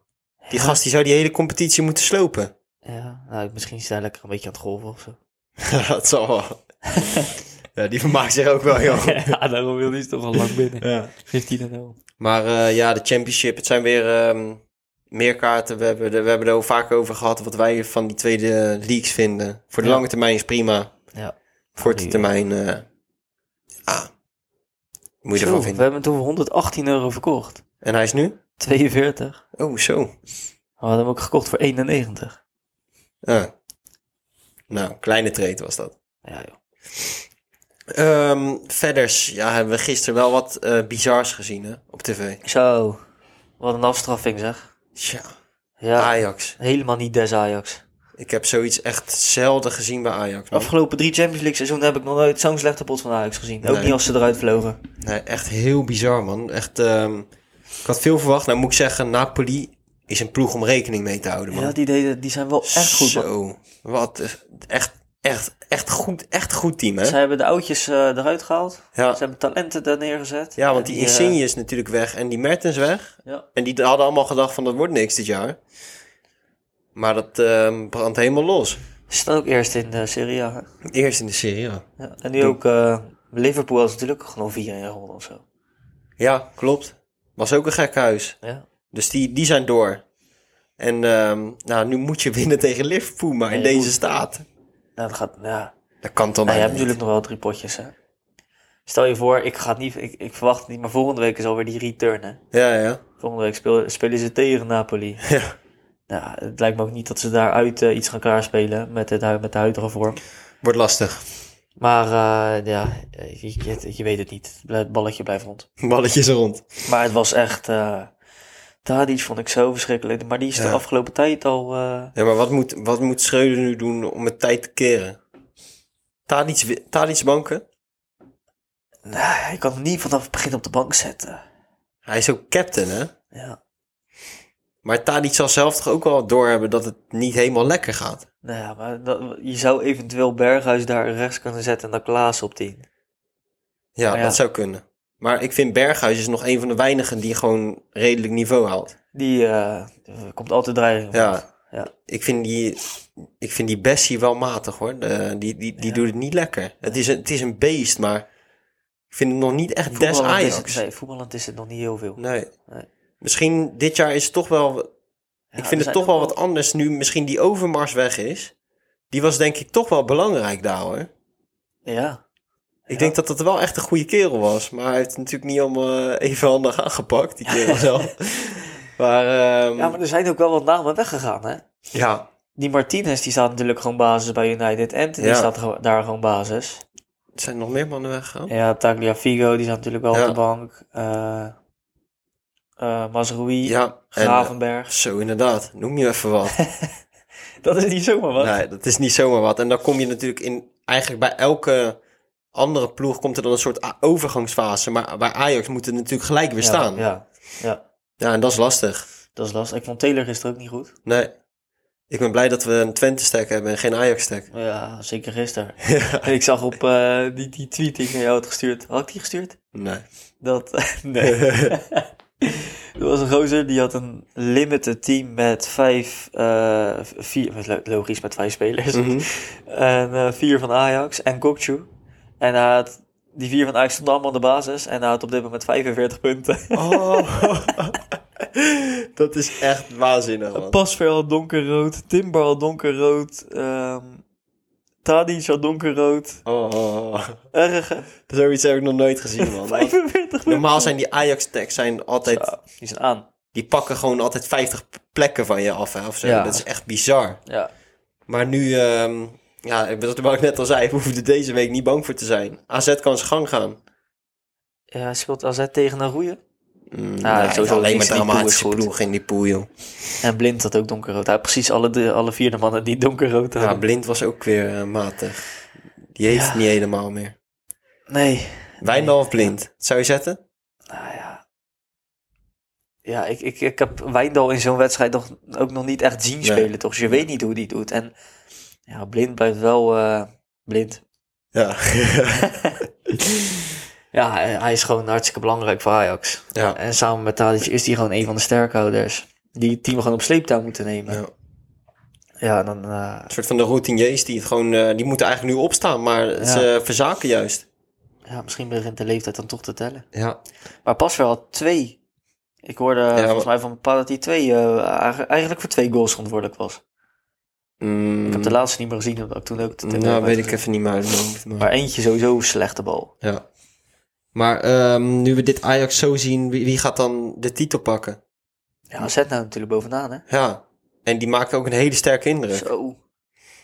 B: Die gast die zou die hele competitie moeten slopen. [laughs]
A: Ja, nou, misschien is hij lekker een beetje aan het golven of zo.
B: dat zal wel. ja, die vermaakt zich ook wel,
A: [laughs]
B: joh.
A: [laughs] ja, daarom wil hij toch al lang [laughs] binnen.
B: Ja.
A: 15 en 0.
B: Maar eh, ja, de championship, het zijn weer ehm, meer kaarten. We hebben, er- we hebben er al vaak over gehad wat wij van die tweede leagues vinden. Voor de
A: Ja.
B: lange termijn is prima.
A: Ja.
B: Korte
A: Ja.
B: termijn, eh, ja, moet je
A: Zo,
B: ervan
A: we
B: vinden.
A: hebben het over 118 euro verkocht.
B: En hij is nu?
A: 42.
B: Oh, zo.
A: We hadden hem ook gekocht voor 91.
B: Ja. Ah. Nou, kleine trade was dat.
A: Ja, joh.
B: Ehm verders, ja, hebben we gisteren wel wat eh bizars gezien hè, op tv.
A: Zo, wat een afstraffing zeg.
B: Tja,
A: Ja,
B: Ajax.
A: helemaal niet des Ajax.
B: Ik heb zoiets echt zelden gezien bij Ajax. man.
A: Afgelopen drie Champions League seizoenen heb ik nog nooit zo'n slechte pot van Ajax gezien. Ook
B: Nee.
A: niet als ze eruit vlogen.
B: Nee, echt heel bizar, man. Echt, ehm, ik had veel verwacht. Nou moet ik zeggen, Napoli is een ploeg om rekening mee te houden, man.
A: Ja, die, deden, die zijn wel echt goed. man.
B: Zo, wat eh, echt, echt, echt goed, echt goed team, hè?
A: Ze hebben de oudjes eh, eruit gehaald.
B: Ja.
A: Ze hebben talenten daar neergezet.
B: ja, want
A: En
B: die
A: eh,
B: Insigne is natuurlijk weg en die Mertens weg.
A: ja.
B: En die hadden allemaal gedacht van, dat wordt niks dit jaar. Maar dat ehm, brandt helemaal los.
A: Ze staan ook eerst in de Serie A. hè?
B: Eerst in de serie, ja.
A: Ja. En nu ook eh, Liverpool was natuurlijk ook gewoon 4-1 gewonnen of zo.
B: Ja, klopt. Was ook een gek huis.
A: Ja.
B: Dus die, die zijn door. En ehm, nou, nu moet je winnen tegen Liverpool, maar in
A: Nee, je
B: deze
A: moet-
B: staat.
A: Nou, dat gaat, ja.
B: Dat kan toch
A: Nou, je
B: bijna
A: hebt natuurlijk nog wel drie potjes, hè. Stel je voor, ik, ga het niet, ik, ik verwacht het niet, maar volgende week is alweer die return, hè.
B: niet? Ja, ja.
A: Volgende week speel- spelen ze tegen Napoli.
B: [laughs] Ja.
A: Nou, het lijkt me ook niet dat ze daaruit eh, iets gaan klaarspelen met, het, hu- met de huidige vorm.
B: Wordt lastig. [laughs]
A: Maar eh, ja, eh, je, je, je weet het niet. Het bl- Het balletje blijft rond.
B: Balletjes rond.
A: Maar het was echt... eh Tadic vond ik zo verschrikkelijk. Maar die is de
B: Ja.
A: afgelopen tijd al... eh,
B: Ja, maar wat moet, wat moet Schreuder nu doen om het tijd te keren? Tadic, wi- Tadic banken?
A: nou, ik kan hem niet vanaf het begin op de bank zetten.
B: Hij is ook captain, hè?
A: Ja,
B: Maar Tadic zal zelf toch ook wel doorhebben dat het niet helemaal lekker gaat?
A: nou ja, maar dat- je zou eventueel Berghuis daar rechts kunnen zetten en dan Klaas op 10.
B: Ja,
A: Maar Ah, ja.
B: dat zou kunnen. Maar ik vind Berghuis is nog een van de weinigen die gewoon redelijk niveau haalt.
A: Die eh, er komt altijd dreiging.
B: Ja.
A: Ja.
B: Ik vind die, ik vind die Bessie wel matig, hoor. De- die die, die
A: Ja.
B: doet het niet lekker. Het is, een, het is een beest, maar ik vind het nog niet echt des
A: Voetballend is
B: Ajax.
A: het, nee, voetballend is het nog niet heel veel.
B: Nee.
A: Nee.
B: Misschien dit jaar is het toch wel.
A: Ja,
B: ik
A: er
B: vind het
A: zijn
B: toch
A: ook
B: wel wat anders nu. Misschien die Overmars weg is. Die was denk ik toch wel belangrijk daar hoor.
A: Ja,
B: Ik
A: Ja.
B: denk dat dat wel echt een goede kerel was. Maar hij heeft het natuurlijk niet allemaal eh, even handig aangepakt, die
A: [laughs]
B: kerel zelf. Maar, ehm,
A: ja, maar er zijn ook wel wat namen weggegaan, hè?
B: ja,
A: Die Martinez, die staat natuurlijk gewoon basis bij United. En die
B: Ja.
A: staat gewo- daar gewoon basis.
B: er zijn nog meer mannen weggegaan.
A: Ja, Tagliafico, die staat natuurlijk wel
B: Ja.
A: op de bank. Eh eh Mazraoui,
B: Ja, en, eh,
A: Gravenberg. [laughs]
B: zo inderdaad. Noem je even wat.
A: dat is niet zomaar [laughs] wat.
B: Nee, dat is niet zomaar wat. En dan kom je natuurlijk in, eigenlijk bij elke andere ploeg komt er dan een soort a- overgangsfase. Maar bij Ajax moet het natuurlijk gelijk weer
A: Ja,
B: staan.
A: Ja, ja,
B: Ja, en dat is lastig.
A: dat is lastig. Ik vond Taylor gisteren ook niet goed.
B: Nee. Ik ben blij dat we een Twente-stack hebben en geen Ajax-stack.
A: Ja, zeker
B: [laughs]
A: gisteren. En ik zag op eh, die, die tweet die ik naar jou had gestuurd. Had ik die gestuurd?
B: Nee.
A: Dat, [laughs] nee. Er was een gozer die had een limited team met vijf, eh, vier, met lo- logisch met vijf spelers.
B: Mhm.
A: En eh, vier van Ajax en Kokchu. En hij had, die vier van Ajax stonden allemaal aan de basis. En hij had op dit moment 45 punten.
B: [laughs] Oh. dat is echt waanzinnig, man.
A: Pasveer al donkerrood, Timber al donkerrood, ehm Tadic al donkerrood.
B: Oh, oh, oh.
A: Erge,
B: Zoiets heb ik nog nooit gezien, man. Want
A: 45 punten.
B: Normaal zijn die Ajax-stacks zijn altijd...
A: Ja, die zijn aan.
B: Die pakken gewoon altijd 50 plekken van je af, hè, of zo.
A: Ja.
B: Dat is echt bizar.
A: Ja.
B: Maar nu, ehm ja, wat ik net al zei, we hoeven er deze week niet bang voor te zijn. AZ kan zijn gang gaan.
A: Ja, speelt AZ tegen een roeien.
B: Mm,
A: dat Ah, is sowieso
B: alleen
A: precies,
B: maar
A: die pool is
B: dramatische
A: goed.
B: ploeg in die pool, joh.
A: En Blind had ook donkerrood. Hij had precies alle, de, alle vier de mannen die donkerrood
B: Ja,
A: hadden.
B: Ah, Blind was ook weer eh, matig. Die heeft het niet helemaal meer.
A: nee.
B: Wijndal of Blind? Zou je zetten?
A: Nou ja. ja, ik, ik, ik heb Wijndal in zo'n wedstrijd toch ook nog niet echt zien spelen, toch? Dus je weet niet hoe die het doet. En ja, blind blijft wel eh, blind.
B: [laughs] Ja.
A: Ja, eh, hij is gewoon hartstikke belangrijk voor Ajax.
B: ja.
A: En samen met Tadic is hij gewoon een van de sterkhouders. Die het team gewoon op sleeptouw moeten nemen. Ja,
B: Ja.
A: dan... eh,
B: Een soort van de routiniers die het gewoon, eh, die moeten eigenlijk nu opstaan, maar ze verzaken juist.
A: ja, misschien begint de leeftijd dan toch te tellen.
B: Ja.
A: Maar pas wel twee. Ik hoorde eh, volgens
B: maar-
A: mij van Papa dat hij twee, eh, eigen- eigenlijk voor twee goals verantwoordelijk was. Ik heb de laatste niet meer gezien, omdat ik toen ook... de tv
B: Mm, Nou,
A: had
B: weet ik
A: gezien.
B: even niet meer uit mijn hoofd, maar-
A: Maar eentje sowieso een slechte bal.
B: Ja. Maar ehm, nu we dit Ajax zo zien, wie, wie gaat dan de titel pakken?
A: Ja, zet nou natuurlijk bovenaan, hè.
B: Ja. En die maakt ook een hele sterke indruk.
A: Zo.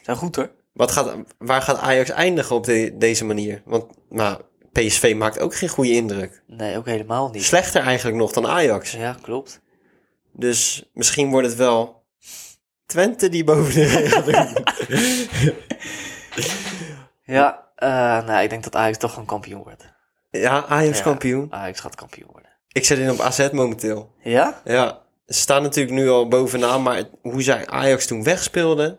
A: Zijn goed, hoor.
B: Wat gaat, waar gaat Ajax eindigen op de- deze manier? Want nou, PSV maakt ook geen goede indruk.
A: Nee, ook helemaal niet.
B: Slechter eigenlijk nog dan Ajax.
A: Ja, klopt.
B: Dus misschien wordt het wel Twente die boven de regel
A: [laughs]
B: doet.
A: Ja, eh, nou, ik denk dat Ajax toch gewoon kampioen wordt.
B: Ja, Ajax
A: Ja.
B: kampioen.
A: Ajax gaat kampioen worden.
B: Ik zet in op AZ momenteel.
A: Ja?
B: Ja, ze staan natuurlijk nu al bovenaan, maar het- hoe zij Ajax toen wegspeelden...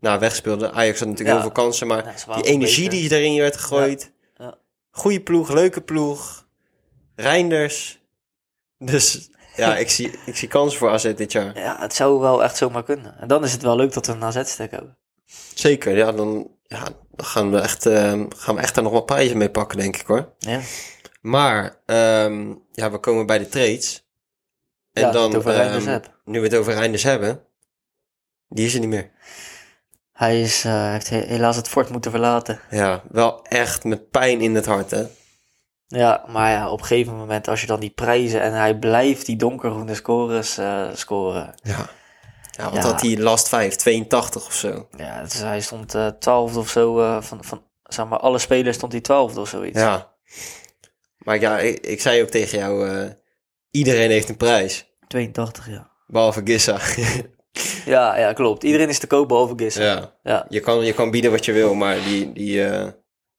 B: Nou, wegspeelden. Ajax had natuurlijk
A: Ja.
B: heel veel kansen, maar
A: Nou, ze
B: die
A: waren
B: energie
A: beter.
B: die erin werd gegooid.
A: Ja. Ja.
B: Goeie ploeg, leuke ploeg. Reinders. Dus ja, ik zie, ik zie kansen voor AZ dit jaar.
A: Ja, het zou wel echt zomaar kunnen. En dan is het wel leuk dat we een AZ-stek hebben.
B: Zeker, ja, dan, ja, dan gaan, we echt, ehm, gaan we echt daar nog wel prijzen mee pakken, denk ik hoor.
A: Ja,
B: Maar ehm, ja, we komen bij de trades. En
A: Ja, als je
B: dan,
A: het over Reinders
B: ehm,
A: hebt.
B: nu we het over Reinders hebben, die is er niet meer.
A: Hij is, eh, heeft he- helaas het fort moeten verlaten.
B: Ja, wel echt met pijn in het hart, hè?
A: Ja, maar ja, op een gegeven moment als je dan die prijzen... en hij blijft die donkergroene scores eh, scoren.
B: Ja. Ja, wat
A: Ja.
B: had hij last 5, 82 of zo?
A: Ja, het is- hij stond eh twaalfde of zo. eh, van, van, zeg maar, alle spelers stond hij twaalfde of zoiets.
B: Ja. Maar ja, ik, ik zei ook tegen jou, eh, iedereen heeft een prijs.
A: 82, ja.
B: Behalve Gissa. [laughs]
A: Ja, ja, klopt. Iedereen is te koop behalve Gissen. Ja.
B: ja. Je kan, je kan bieden wat je wil, maar die, die, eh,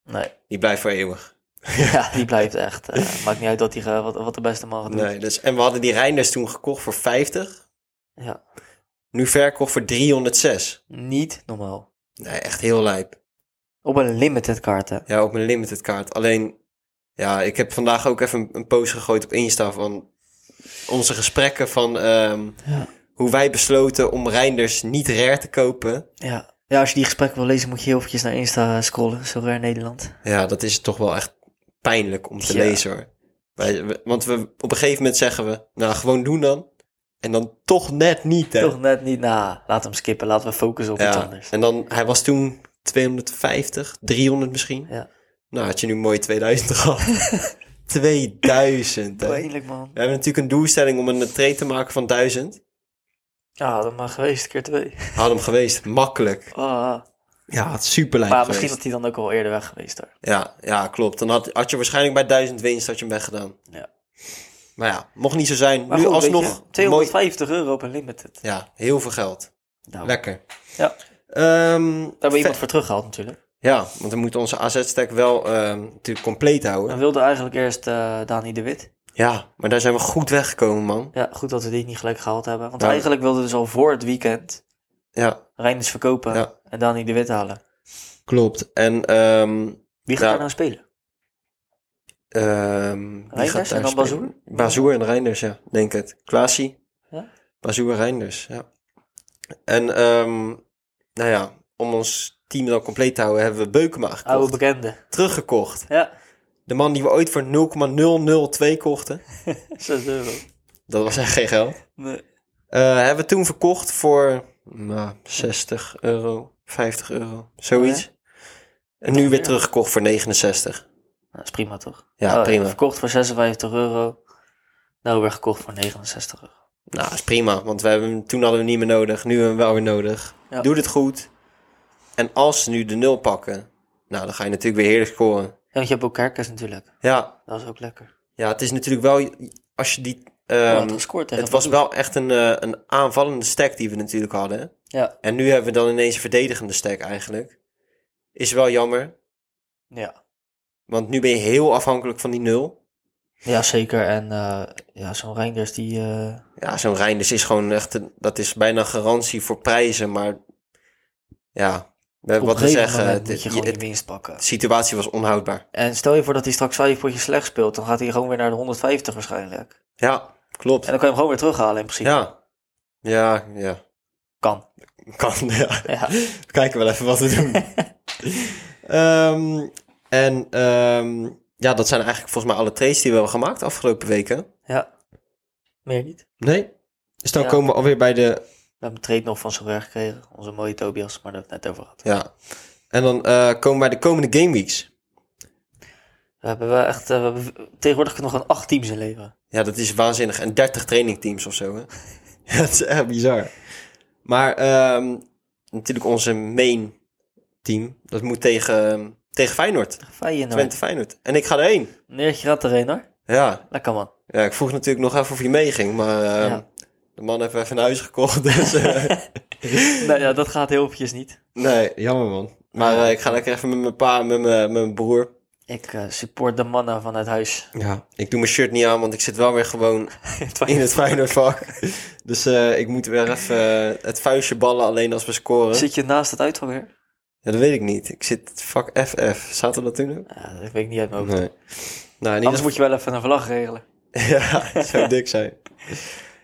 A: Nee, [laughs]
B: die blijft voor eeuwig.
A: ja, die blijft echt. eh, maakt niet uit dat hij, eh, wat, wat de beste man gaat doen.
B: Nee, dus, en we hadden die Reinders toen gekocht voor 50.
A: Ja,
B: Nu verkocht voor 306.
A: niet normaal.
B: Nee, echt heel lijp.
A: Op een limited kaart, hè.
B: Ja, op een limited kaart. Alleen, ja, ik heb vandaag ook even een, een post gegooid op Insta van onze gesprekken van ehm,
A: Ja.
B: hoe wij besloten om Reinders niet rare te kopen.
A: Ja. ja, als je die gesprekken wil lezen, moet je heel eventjes naar Insta eh, scrollen. Zo raar Nederland.
B: Ja, dat is toch wel echt pijnlijk om te
A: Ja.
B: lezen hoor. Wij- we- want we, op een gegeven moment zeggen we, nou gewoon doen dan. En dan toch net niet hè.
A: Toch net niet. Nou, laat hem skippen. Laten we focussen op iets
B: ja.
A: anders.
B: En dan, hij was toen 250, 300 misschien.
A: Ja.
B: Nou had je nu mooi 2000 gehad.
A: [laughs]
B: 2000 hè. We
A: Pijnlijk, man.
B: hebben natuurlijk een doelstelling om een trade te maken van 1000.
A: Ja, dat mag geweest. Keer twee.
B: Had hem geweest, makkelijk.
A: Ah.
B: Ja, had super lijp
A: Maar
B: geweest.
A: misschien had hij dan ook al eerder weg geweest, hoor.
B: Ja, ja, klopt. Dan had, had je waarschijnlijk bij 1000 winst had je hem weggedaan.
A: Ja.
B: Maar ja, mocht niet zo zijn.
A: Maar
B: nu
A: goed, weet je,
B: alsnog. mooi-
A: 250 euro op een limited.
B: Ja, heel veel geld.
A: Nou, daar
B: Lekker.
A: Ja.
B: Ehm,
A: hebben we
B: ver-
A: iemand voor teruggehaald, natuurlijk.
B: Ja, want we moeten onze AZ-stack wel ehm, natuurlijk compleet houden.
A: We wilden eigenlijk eerst eh Dani de Wit.
B: Ja, maar daar zijn we goed weggekomen, man.
A: Ja, goed dat we die niet gelijk gehaald hebben. Want
B: Ja.
A: eigenlijk wilden we dus al voor het weekend
B: Ja,
A: Reinders verkopen
B: Ja.
A: en Dani de Wit halen.
B: klopt. En ehm
A: Wie gaat
B: Ja.
A: daar nou spelen?
B: ehm wie
A: Reinders
B: gaat daar
A: en dan
B: spelen?
A: Bazoer?
B: Bazoer en Reinders, ja, denk het. Klaasie.
A: Ja.
B: Bazoer, Reinders, ja. En ehm, nou ja, om ons team dan compleet te houden, hebben we Beukema gekocht.
A: Oude bekende.
B: Teruggekocht.
A: [laughs] Ja,
B: De man die we ooit voor 0,002 kochten.
A: 6 euro.
B: Dat was echt geen geld.
A: Nee.
B: Eh, hebben we toen verkocht voor nou, 60 euro, 50 euro, zoiets.
A: Oh
B: En nu weer
A: meer.
B: teruggekocht voor 69.
A: Dat is prima toch?
B: Ja,
A: Oh,
B: prima.
A: Verkocht voor 56 euro. Nou, weer gekocht voor 69 euro.
B: Nou, is prima, want we hebben, hem- toen hadden we hem niet meer nodig. Nu hebben we hem wel weer nodig.
A: Ja.
B: Doe het goed. En als ze nu de nul pakken, nou, dan ga je natuurlijk weer heerlijk scoren.
A: Ja, want je hebt ook Kerkers natuurlijk.
B: Ja,
A: Dat is ook lekker.
B: ja het is natuurlijk wel, als je die...
A: Ja,
B: ehm,
A: had gescoord tegen
B: het was
A: Vaduz.
B: wel echt een, eh, een aanvallende stack die we natuurlijk hadden. hè.
A: Ja,
B: En nu hebben we dan ineens een verdedigende stack eigenlijk. Is wel jammer,
A: ja.
B: Want nu ben je heel afhankelijk van die nul.
A: Ja, zeker. En eh, ja, zo'n Reinders die... eh,
B: Ja, zo'n Reinders is gewoon echt, een- dat is bijna garantie voor prijzen, maar ja, we
A: op
B: hebben
A: een
B: wat te
A: gegeven
B: zeggen.
A: moment
B: Het,
A: moet je
B: het-
A: gewoon die
B: het-
A: winst pakken.
B: de situatie was onhoudbaar.
A: En stel je voor dat hij straks vijf potjes slecht speelt, dan gaat hij gewoon weer naar de 150 waarschijnlijk.
B: Ja,
A: En
B: klopt.
A: dan kan je hem gewoon weer terughalen in principe.
B: Ja, ja, ja.
A: Kan.
B: Kan, [laughs] ja.
A: Ja.
B: We kijken wel even wat we doen. [laughs] Ehm, en ehm, ja, dat zijn eigenlijk volgens mij alle trades die we hebben gemaakt de afgelopen weken.
A: ja. Meer niet.
B: Nee. Dus dan
A: Ja.
B: komen we alweer bij de...
A: We hebben een trade nog van zijn werk gekregen. Onze mooie Tobias, maar daar hebben we het net over gehad.
B: Ja. En dan eh, komen we bij de komende gameweeks.
A: We hebben wel echt, eh, we hebben tegenwoordig nog een acht teams in leven.
B: Ja, dat is waanzinnig. En 30 trainingteams of zo, hè? Ja, [laughs] dat is echt bizar. Maar ehm, natuurlijk onze main team. Dat moet tegen, tegen Feyenoord. Twente
A: Feyenoord.
B: Feyenoord. En ik ga erheen.
A: Neertje gaat erheen hoor.
B: Ja.
A: Lekker man.
B: ja, ik vroeg natuurlijk nog even of je meeging. Maar ehm,
A: Ja.
B: de man heeft even een huis gekocht. [laughs] Dus, eh,
A: nou ja, dat gaat heel eventjes niet.
B: nee, jammer man. Maar eh, ik ga lekker even met mijn pa en met mijn, met mijn broer.
A: Ik eh, support de mannen van het
B: [laughs]
A: huis.
B: Ja. Ik doe mijn shirt niet aan, want ik zit wel weer gewoon in het Feyenoordvak. [laughs] dus eh, ik moet weer even eh, het vuistje ballen alleen als we scoren.
A: Zit je naast het uitgang weer?
B: Ja, dat weet ik niet. Ik zit fuck FF. Zaten dat toen ook?
A: Ja, dat weet ik niet uit mijn hoofd.
B: Ah, Nee. Nou, in ieder
A: Anders
B: geval...
A: moet je wel even een vlag regelen.
B: [laughs] ja, het zou dik zijn.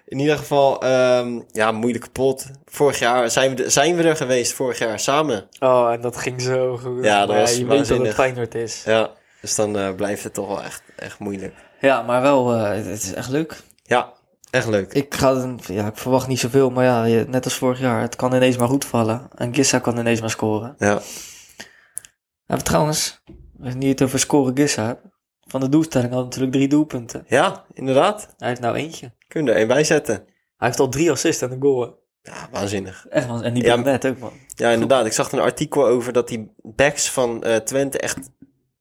B: In ieder geval, ehm, ja, moeilijke pot. Vorig jaar zijn we, er- zijn we er geweest, vorig jaar samen.
A: Oh, en dat ging zo goed.
B: Ja, dat
A: Maar
B: was
A: je weet dat
B: waanzinnig.
A: het Feyenoord is.
B: Ja. Dus dan eh, blijft het toch wel echt, echt moeilijk.
A: Ja, maar wel, eh, het het is echt leuk.
B: Ja, echt leuk.
A: Ik, ga, dan- ja, ik verwacht niet zoveel, maar ja, je- net als vorig jaar. Het kan ineens maar goed vallen. En Gissa kan ineens maar scoren.
B: Ja.
A: Ja, maar trouwens, als je niet het over scoren Gissa hebt. Van de doelstelling had natuurlijk drie doelpunten.
B: ja, inderdaad.
A: Hij heeft nou eentje.
B: Kunnen we er één bij zetten.
A: Hij heeft al drie assists en een goal. hè.
B: Ja, waanzinnig.
A: Echt man, en die
B: Ja,
A: ja, net ook man.
B: Ja, inderdaad. Ik zag er een artikel over dat die backs van eh, Twente echt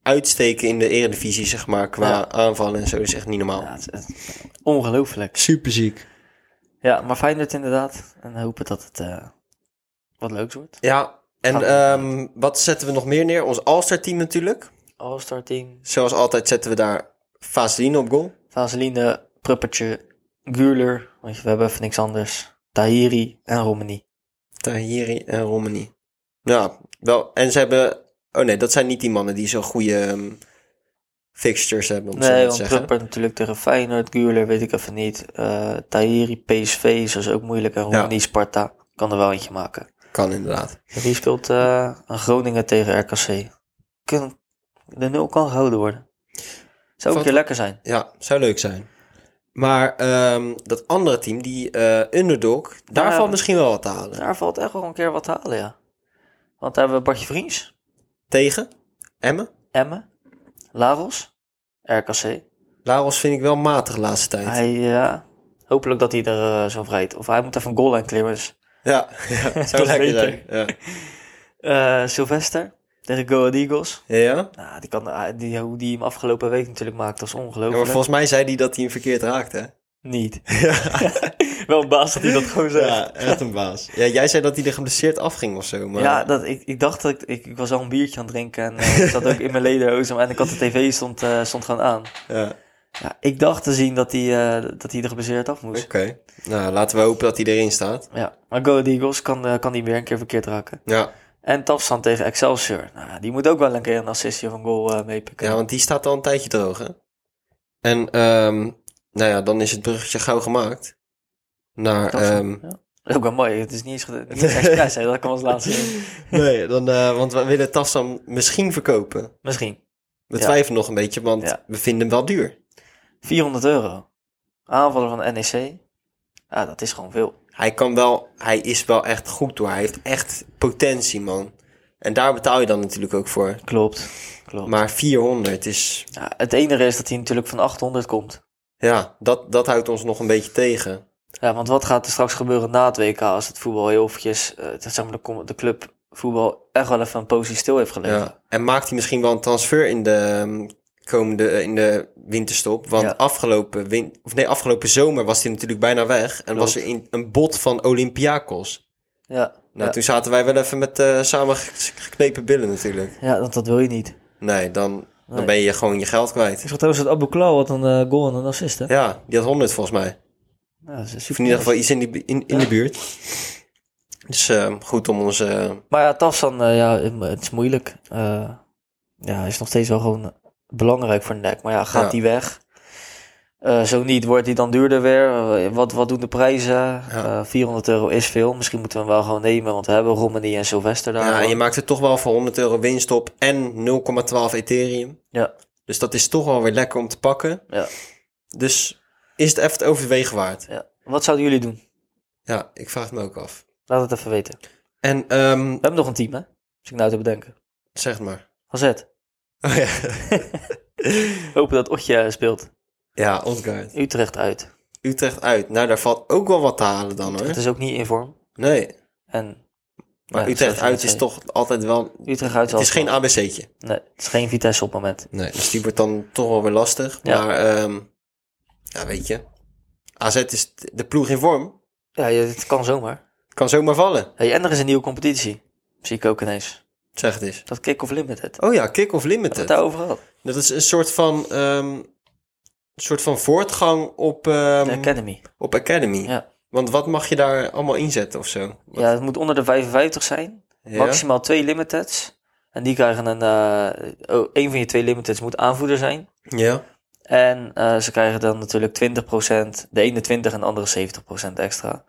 B: uitsteken in de eredivisie, zeg maar. Qua
A: Ja.
B: aanvallen en zo. Dat is echt niet normaal.
A: Ja, het is echt ongelooflijk.
B: Superziek.
A: Ja, maar Feyenoord inderdaad. En hopen dat het eh, wat leuks wordt.
B: Ja,
A: Gaan
B: en
A: we
B: ehm, wat zetten we nog meer neer? Ons All-Star team natuurlijk.
A: All-star team.
B: Zoals altijd zetten we daar Vaseline op goal.
A: Vaseline, Pruppertje, Guurler. Want we hebben even niks anders. Tahiri en Romani.
B: Tahiri en eh, Romani. Ja, wel. En ze hebben... Oh nee, dat zijn niet die mannen die zo'n goede ehm, fixtures hebben, om zo
A: Nee,
B: te
A: want
B: zeggen.
A: Prupper natuurlijk tegen Feyenoord. Guurler weet ik even niet. Eh Tahiri, PSV is dus ook moeilijk. En Romani, Sparta kan er wel eentje maken.
B: Kan inderdaad.
A: En die speelt eh, een Groningen tegen RKC. Kun, de nul kan gehouden worden. Zou ook
B: Valt-
A: een keer lekker zijn.
B: Ja, zou leuk zijn. Maar ehm, dat andere team, die eh, underdog, daar
A: Ja.
B: valt misschien wel wat te halen.
A: Daar valt echt wel een keer wat te halen, ja. Want daar hebben we Bartje Vriends,
B: Tegen Emmen.
A: Emmen, Laros, RKC.
B: Laros vind ik wel matig de laatste tijd.
A: Hij, ja, hopelijk dat hij er eh, zo vrijt. Of hij moet even een goal dus- line clearance. [laughs]
B: [laughs] Ja, ja, zou
A: is
B: lekker zijn.
A: beter.
B: Ja.
A: Eh Sylvester tegen Go Ahead Eagles.
B: ja?
A: Nou, die kan, ah, die, hoe die hem afgelopen week natuurlijk maakt, dat is
B: Ja, maar
A: ongelooflijk.
B: volgens mij zei hij dat hij hem verkeerd raakte. Hè? [laughs]
A: Niet. [laughs] Wel een baas dat hij dat gewoon zegt. Ja,
B: Ja, echt een baas. Ja, jij zei dat hij er geblesseerd afging of zo. Maar...
A: dat, ik, ik dacht dat ik, ik, ik was al een biertje aan het drinken en eh, ik zat ook
B: [laughs]
A: in mijn lederhozen en ik had de tv stond, eh, stond gewoon aan.
B: Ja,
A: Ja, ik dacht te zien dat hij, eh, dat hij er geblesseerd af
B: Oké.
A: moest.
B: Nou, laten we hopen dat hij erin staat.
A: Ja, maar Go Ahead Eagles kan, eh, kan die weer een keer verkeerd raken.
B: Ja,
A: En Tafsan tegen Excelsior. Nou, die moet ook wel een keer een assistje of een goal eh, meepikken.
B: ja want die staat al een tijdje droog, hè? En, ehm, nou ja, dan is het bruggetje gauw gemaakt. Naar,
A: Dat is-
B: ehm,
A: ja. Dat is Ook wel mooi, het is niet eens, gede- niet
B: [laughs]
A: eens expres, hè. dat kan als laatste. doen.
B: nee, dan, eh, want we willen Tafsam misschien verkopen.
A: Misschien.
B: We
A: Ja.
B: twijfelen nog een beetje, want
A: Ja.
B: we vinden hem wel duur.
A: 400 euro. Aanvaller van de NEC. Ja, dat is gewoon veel.
B: Hij kan wel, hij is wel echt goed door. Hij heeft echt potentie, man. En daar betaal je dan natuurlijk ook voor.
A: Klopt. Klopt.
B: Maar 400 is,
A: Ja, het enige is dat hij natuurlijk van 800 komt.
B: ja, dat, dat houdt ons nog een beetje tegen.
A: Ja, want wat gaat er straks gebeuren na het WK als het voetbal heel eventjes, eh, dat zeg maar de, com- de club voetbal echt wel even een positie stil heeft gelegen.
B: Ja. En maakt hij misschien wel een transfer in de ehm, komende eh, in de winterstop? Want
A: Ja.
B: afgelopen, win of nee, afgelopen zomer was hij natuurlijk bijna weg. En was er in een bod van Olympiakos.
A: Ja,
B: Nou,
A: ja.
B: toen zaten wij wel even met eh samen geknepen billen natuurlijk.
A: ja want dat wil je niet.
B: Nee, dan Dan ben je gewoon je geld kwijt.
A: Ik zag trouwens dat Abu Klaw had een eh, goal en een assist, hè?
B: Ja, die had 100 volgens mij.
A: Ja, dat is
B: Of
A: super.
B: in ieder geval iets in, die, bu- in, in
A: Ja.
B: de buurt. Dus eh, goed om onze...
A: Maar ja, Tafsan, eh, ja, het is moeilijk. Eh, ja, hij is nog steeds wel gewoon belangrijk voor NEC. Maar ja, gaat
B: Ja.
A: die weg? Eh, zo niet, wordt die dan duurder weer? Eh, wat, wat doen de prijzen? Eh, 400 euro is veel. Misschien moeten we hem wel gewoon nemen, want we hebben Romani en Sylvester daar.
B: ja, en je maakt er toch wel voor 100 euro winst op en 0,12 Ethereum.
A: Ja.
B: Dus dat is toch wel weer lekker om te pakken.
A: Ja.
B: Dus is het even het overwegen waard?
A: Ja. Wat zouden jullie doen?
B: Ja, ik vraag het me ook af.
A: Laat het even weten. We
B: En ehm
A: hebben nog een team, hè? Als ik nou te bedenken.
B: zeg het maar. [laughs]
A: Azet.
B: Oh ja,
A: Hopen dat Otje eh, speelt.
B: ja Odgaard.
A: Utrecht uit.
B: Utrecht uit. Nou, daar valt ook wel wat te halen dan hoor.
A: Het is ook niet in vorm.
B: Nee,
A: En
B: maar
A: Ja,
B: Utrecht
A: zoals je
B: uit
A: net
B: is
A: zei.
B: toch altijd wel...
A: Utrecht uit
B: Het is geen ABC'tje.
A: Nee, het is geen Vitesse op het moment.
B: Nee, dus die wordt dan toch wel weer lastig.
A: Ja.
B: Maar ehm ja, weet je. AZ is t- de ploeg in vorm.
A: Ja, je- het kan zomaar.
B: Kan zomaar vallen,
A: Hey, en er is een nieuwe competitie. Zie ik ook ineens.
B: zeg het eens.
A: Dat Kick of Limited. Hebben
B: Oh ja, kick-off
A: we het
B: limited.
A: daarover gehad?
B: Dat is een soort van, ehm, een soort van voortgang op, ehm,
A: De Academy.
B: op Academy.
A: Ja.
B: Want wat mag je daar allemaal inzetten of zo? Wat-
A: Ja, het moet onder de 55 zijn.
B: Ja?
A: Maximaal twee limiteds. En die krijgen een... eh oh, één van je twee limiteds moet aanvoerder zijn.
B: Ja.
A: En eh, ze krijgen dan natuurlijk 20%, de ene 20 en de andere 70% extra.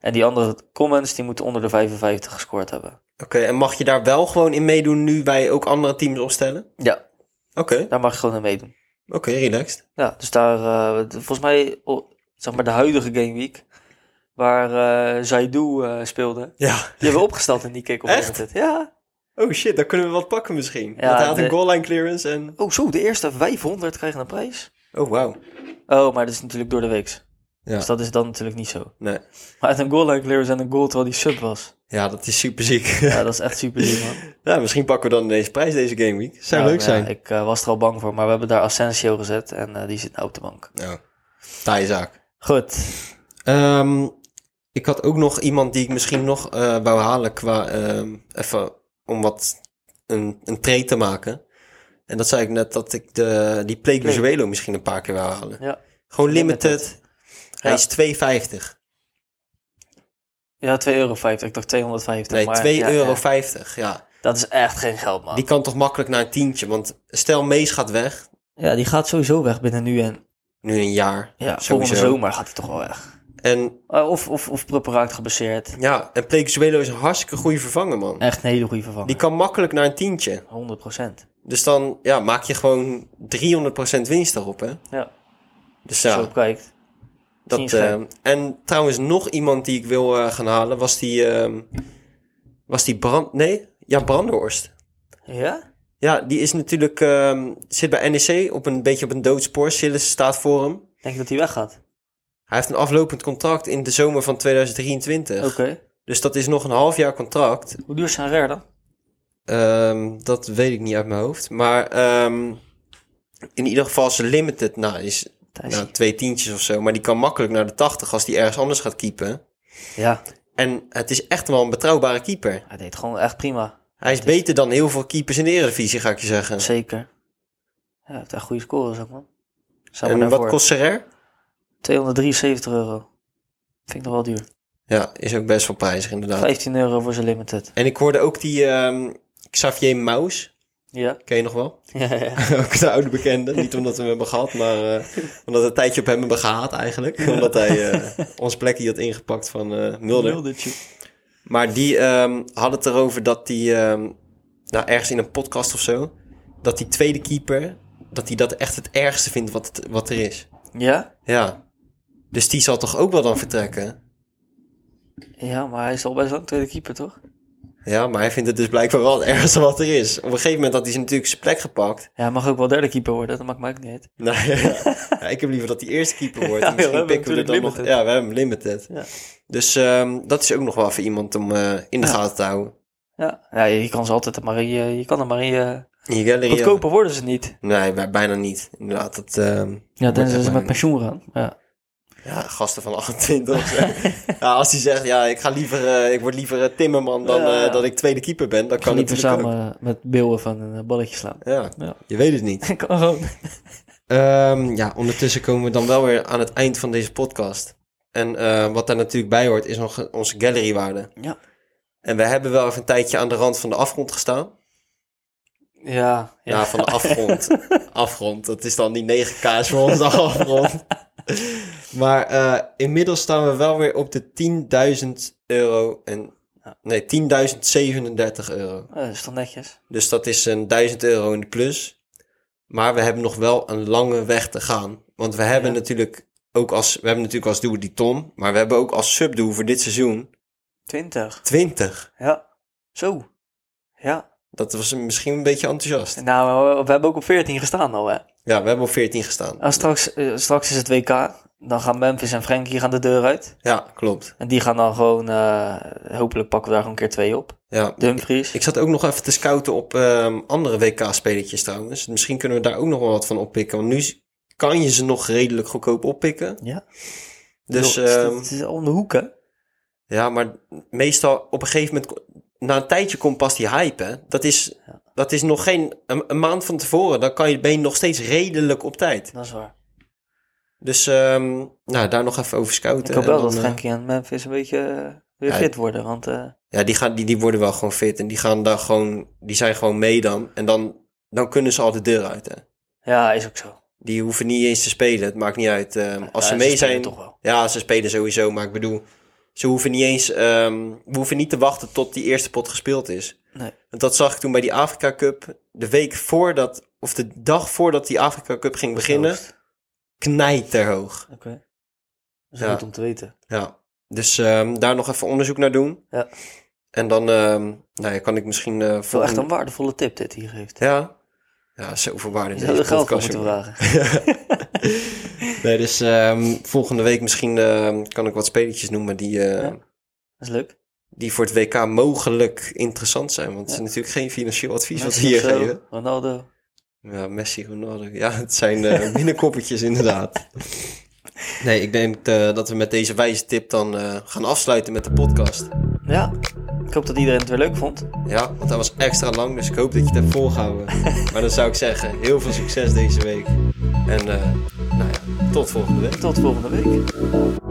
A: En die andere comments, die moeten onder de 55 gescoord hebben.
B: Oké, en mag je daar wel gewoon in meedoen nu wij ook andere teams opstellen?
A: Ja,
B: Oké,
A: daar mag je gewoon aan meedoen.
B: oké, relaxed.
A: Ja, dus daar, eh, d- volgens mij, oh, zeg maar de huidige Game Week, waar eh Zaidu eh, speelde.
B: Ja.
A: Die hebben we opgesteld in die kick-off.
B: Echt?
A: wedstrijd. Ja.
B: Oh shit, daar kunnen we wat pakken misschien.
A: Ja,
B: Want hij had
A: de-
B: een goal line clearance en...
A: Oh zo, de eerste 500 krijgen een prijs.
B: Oh wauw.
A: Oh, maar dat is natuurlijk door de week.
B: Ja.
A: Dus dat is dan natuurlijk niet zo.
B: Nee.
A: Maar uit een goal line clearance en een goal terwijl die sub was.
B: Ja, dat is super ziek.
A: Ja, dat is echt super lief, man.
B: [laughs] ja, misschien pakken we dan deze prijs deze game week. [laughs] Zou
A: Ja,
B: leuk
A: maar
B: zijn.
A: ja, ik eh, was er al bang voor, maar we hebben daar Asensio gezet en eh, die zit nou op de bank.
B: Nou, taaie zaak.
A: Goed.
B: Ehm, ik had ook nog iemand die ik misschien nog eh wou halen qua ehm, even om wat een, een trade te maken. En dat zei ik net dat ik de, die Plague
A: Plague.
B: Visuelo misschien een paar keer wou halen.
A: Ja.
B: Gewoon limited. Hij
A: Ja.
B: is 2,50.
A: Ja, 2,50 euro. Ik dacht 250.
B: Nee,
A: maar
B: 2,50
A: ja,
B: euro.
A: ja.
B: Ja.
A: Dat is echt geen geld, man.
B: Die kan toch makkelijk naar een tientje. Want stel Mees gaat weg.
A: Ja, die gaat sowieso weg binnen nu en
B: Nu een jaar.
A: Ja, volgende
B: sowieso.
A: zomer gaat hij toch wel weg.
B: En
A: Eh, Of, of, of Prupper raakt geblesseerd.
B: ja, en Plague Visuelo is een hartstikke goede vervanger, man.
A: Echt een hele goede vervanger.
B: Die kan makkelijk naar een tientje.
A: 100%.
B: Dus dan ja, maak je gewoon 300% winst daarop, hè?
A: Ja,
B: Dus
A: zo
B: ja,
A: op kijkt.
B: dat,
A: niet gek.
B: ehm, en trouwens nog iemand die ik wil eh, gaan halen was die, ehm, was die Brand, nee, ja Brandenhorst.
A: Ja?
B: Ja, die is natuurlijk, ehm, zit bij NEC op een beetje op een doodspoor, Sillis staat voor hem.
A: Denk je dat hij weggaat?
B: Hij heeft een aflopend contract in de zomer van 2023.
A: Oké.
B: Dus dat is nog een half jaar contract.
A: Hoe duur is zijn rare dan?
B: Ehm, dat weet ik niet uit mijn hoofd. Maar ehm, in ieder geval is ze limited. Nou, is
A: Thijs.
B: nou, twee tientjes of zo. Maar die kan makkelijk naar de 80 als die ergens anders gaat keepen.
A: Ja,
B: En het is echt wel een betrouwbare keeper.
A: hij deed gewoon echt prima.
B: Hij is beter dan heel veel keepers in de Eredivisie, ga ik je zeggen.
A: Zeker. Ja, hij heeft echt goede scores ook, man. Samen
B: En
A: daarvoor.
B: wat kost Serrer?
A: 273 euro. Vind ik nog wel duur.
B: Ja, is ook best wel prijzig inderdaad.
A: 15 euro voor zijn limited.
B: En ik hoorde ook die ehm, Xavier Maus.
A: Ja. [laughs]
B: Ken je nog wel?
A: ja, ja.
B: [laughs] ook de oude bekende. Niet omdat we hem hebben gehad, maar eh, omdat we een tijdje op hem hebben gehaat eigenlijk. Omdat hij [laughs] eh, ons plekje had ingepakt van eh, Mulder.
A: Mildertje.
B: Maar die ehm had het erover dat die, ehm, nou ergens in een podcast of zo, dat die tweede keeper, dat hij dat echt het ergste vindt wat, het- wat er is.
A: Ja?
B: Ja. Dus die zal toch ook wel dan vertrekken?
A: Ja, maar hij is al best lang tweede keeper, toch?
B: Ja, maar hij vindt het dus blijkbaar wel het ergste wat er is. Op een gegeven moment had hij natuurlijk zijn plek gepakt. [laughs]
A: Ja, hij mag ook wel derde keeper worden. Dat maakt mij ook niet uit.
B: Nou, ja, ik heb liever dat hij eerste keeper wordt.
A: Ja,
B: En misschien
A: we hebben
B: pikken we er dan
A: natuurlijk
B: nog... Ja, we hebben hem limited.
A: Ja.
B: Dus ehm, dat is ook nog wel even iemand om eh, in de gaten te houden.
A: Ja, ja je kan ze altijd maar in je, je kan er maar in je...
B: Je gallery, ja.
A: Goedkoper worden ze niet.
B: Nee, bij- bijna niet. Inderdaad, dat... ehm,
A: Ja,
B: wordt echt
A: tenzij ze
B: bijna
A: met
B: niet.
A: pensioen gaan. Ja.
B: Ja, gasten van [laughs] 28. of zo.
A: [laughs]
B: ja, als die zegt, ja, ik, ga liever, eh, ik word liever eh, timmerman dan
A: Ja, ja.
B: eh, dat ik tweede keeper ben, dan kan
A: Kan
B: het
A: niet
B: natuurlijk ook.
A: samen eh, met beelden van een eh, balletje slaan. [laughs]
B: Ja,
A: Ja.
B: je weet het niet.
A: kan gewoon.
B: Ehm, ja, ondertussen komen we dan wel weer aan het eind van deze podcast. En eh, wat daar natuurlijk bij hoort, is nog onze gallerywaarde.
A: Ja.
B: En we hebben wel even een tijdje aan de rand van de afgrond gestaan.
A: Ja,
B: Ja,
A: ja.
B: van de afgrond. afgrond, dat is dan die 9K's voor onze afgrond. maar eh, inmiddels staan we wel weer op de 10.000 euro en... Nee, 10.037 euro.
A: Eh, dat is toch netjes?
B: Dus dat is een 1000 euro in de plus. Maar we hebben nog wel een lange weg te gaan. Want we hebben
A: Ja.
B: natuurlijk ook als... We hebben natuurlijk als doel die ton. Maar we hebben ook als subdoel voor dit seizoen
A: 20.
B: 20.
A: Ja. Zo. Ja.
B: Dat was misschien een beetje enthousiast.
A: Nou, we, we hebben ook op 14 gestaan al, hè.
B: Ja, we hebben op 14 gestaan.
A: Als straks, eh, straks is het WK. Dan gaan Memphis en Frenkie gaan de deur uit.
B: Ja, klopt.
A: En die gaan dan gewoon... eh, hopelijk pakken we daar gewoon een keer twee op.
B: Ja,
A: Dumfries.
B: Ik zat ook nog even te scouten op ehm, andere WK-spelertjes trouwens. Misschien kunnen we daar ook nog wel wat van oppikken. Want nu s- kan je ze nog redelijk goedkoop oppikken.
A: Ja.
B: Dus
A: Joh, het is-
B: ehm,
A: Het is om de hoek, hè.
B: ja, maar meestal op een gegeven moment... ko- Na een tijdje komt pas die hype, hè. Dat is, dat is nog geen... Een, een maand van tevoren, dan kan je, ben je nog steeds redelijk op tijd.
A: Dat is waar.
B: Dus ehm, nou, daar nog even over scouten.
A: Ik hoop
B: En
A: wel
B: dan,
A: dat
B: eh,
A: Frenkie en Memphis een beetje eh, weer
B: Ja,
A: fit worden. Want eh,
B: Ja, die, gaan, die, die worden wel gewoon fit. En die, gaan daar gewoon, die zijn gewoon mee dan. En dan, dan kunnen ze al de deur uit, hè.
A: ja, is ook zo.
B: Die hoeven niet eens te spelen. Het maakt niet uit. ehm, als
A: Ja,
B: ze mee
A: spelen
B: zijn.
A: Toch wel.
B: Ja, ze spelen sowieso. Maar ik bedoel, ze hoeven niet eens. ehm, we hoeven niet te wachten tot die eerste pot gespeeld is.
A: Nee.
B: Want dat zag ik toen bij die Afrika Cup. De week voordat. Of de dag voordat die Afrika Cup ging beginnen.
A: Oké.
B: Knijterhoog.
A: Dat is
B: Ja.
A: goed om te weten.
B: Ja. Dus ehm, daar nog even onderzoek naar doen.
A: Ja.
B: En dan ehm, nou ja, kan ik misschien. eh
A: Wel echt
B: volgende-
A: een waardevolle tip dit hier geeft.
B: Ja. Ja, zoveel waarde. in
A: Je zou
B: deze
A: er geld voor
B: podcast,
A: moeten
B: jongen.
A: vragen.
B: Nee, dus ehm, volgende week misschien ehm, kan ik wat spelletjes noemen die, eh,
A: Ja. Dat is leuk.
B: [laughs] die voor het WK mogelijk interessant zijn. Want het is natuurlijk geen financieel advies wat we hier
A: Messi of zo,
B: geven.
A: Ronaldo.
B: Ja, Messi, Ronaldo. Ja, het zijn [laughs] eh binnenkoppertjes inderdaad. Nee, ik denk eh, dat we met deze wijze tip dan eh, gaan afsluiten met de podcast.
A: Ja, ik hoop dat iedereen het weer leuk vond.
B: Ja, want dat was extra lang, dus ik hoop dat je het hebt [laughs] volgehouden. maar dan zou ik zeggen, heel veel succes deze week. En eh, nou ja, tot volgende week.
A: Tot volgende week.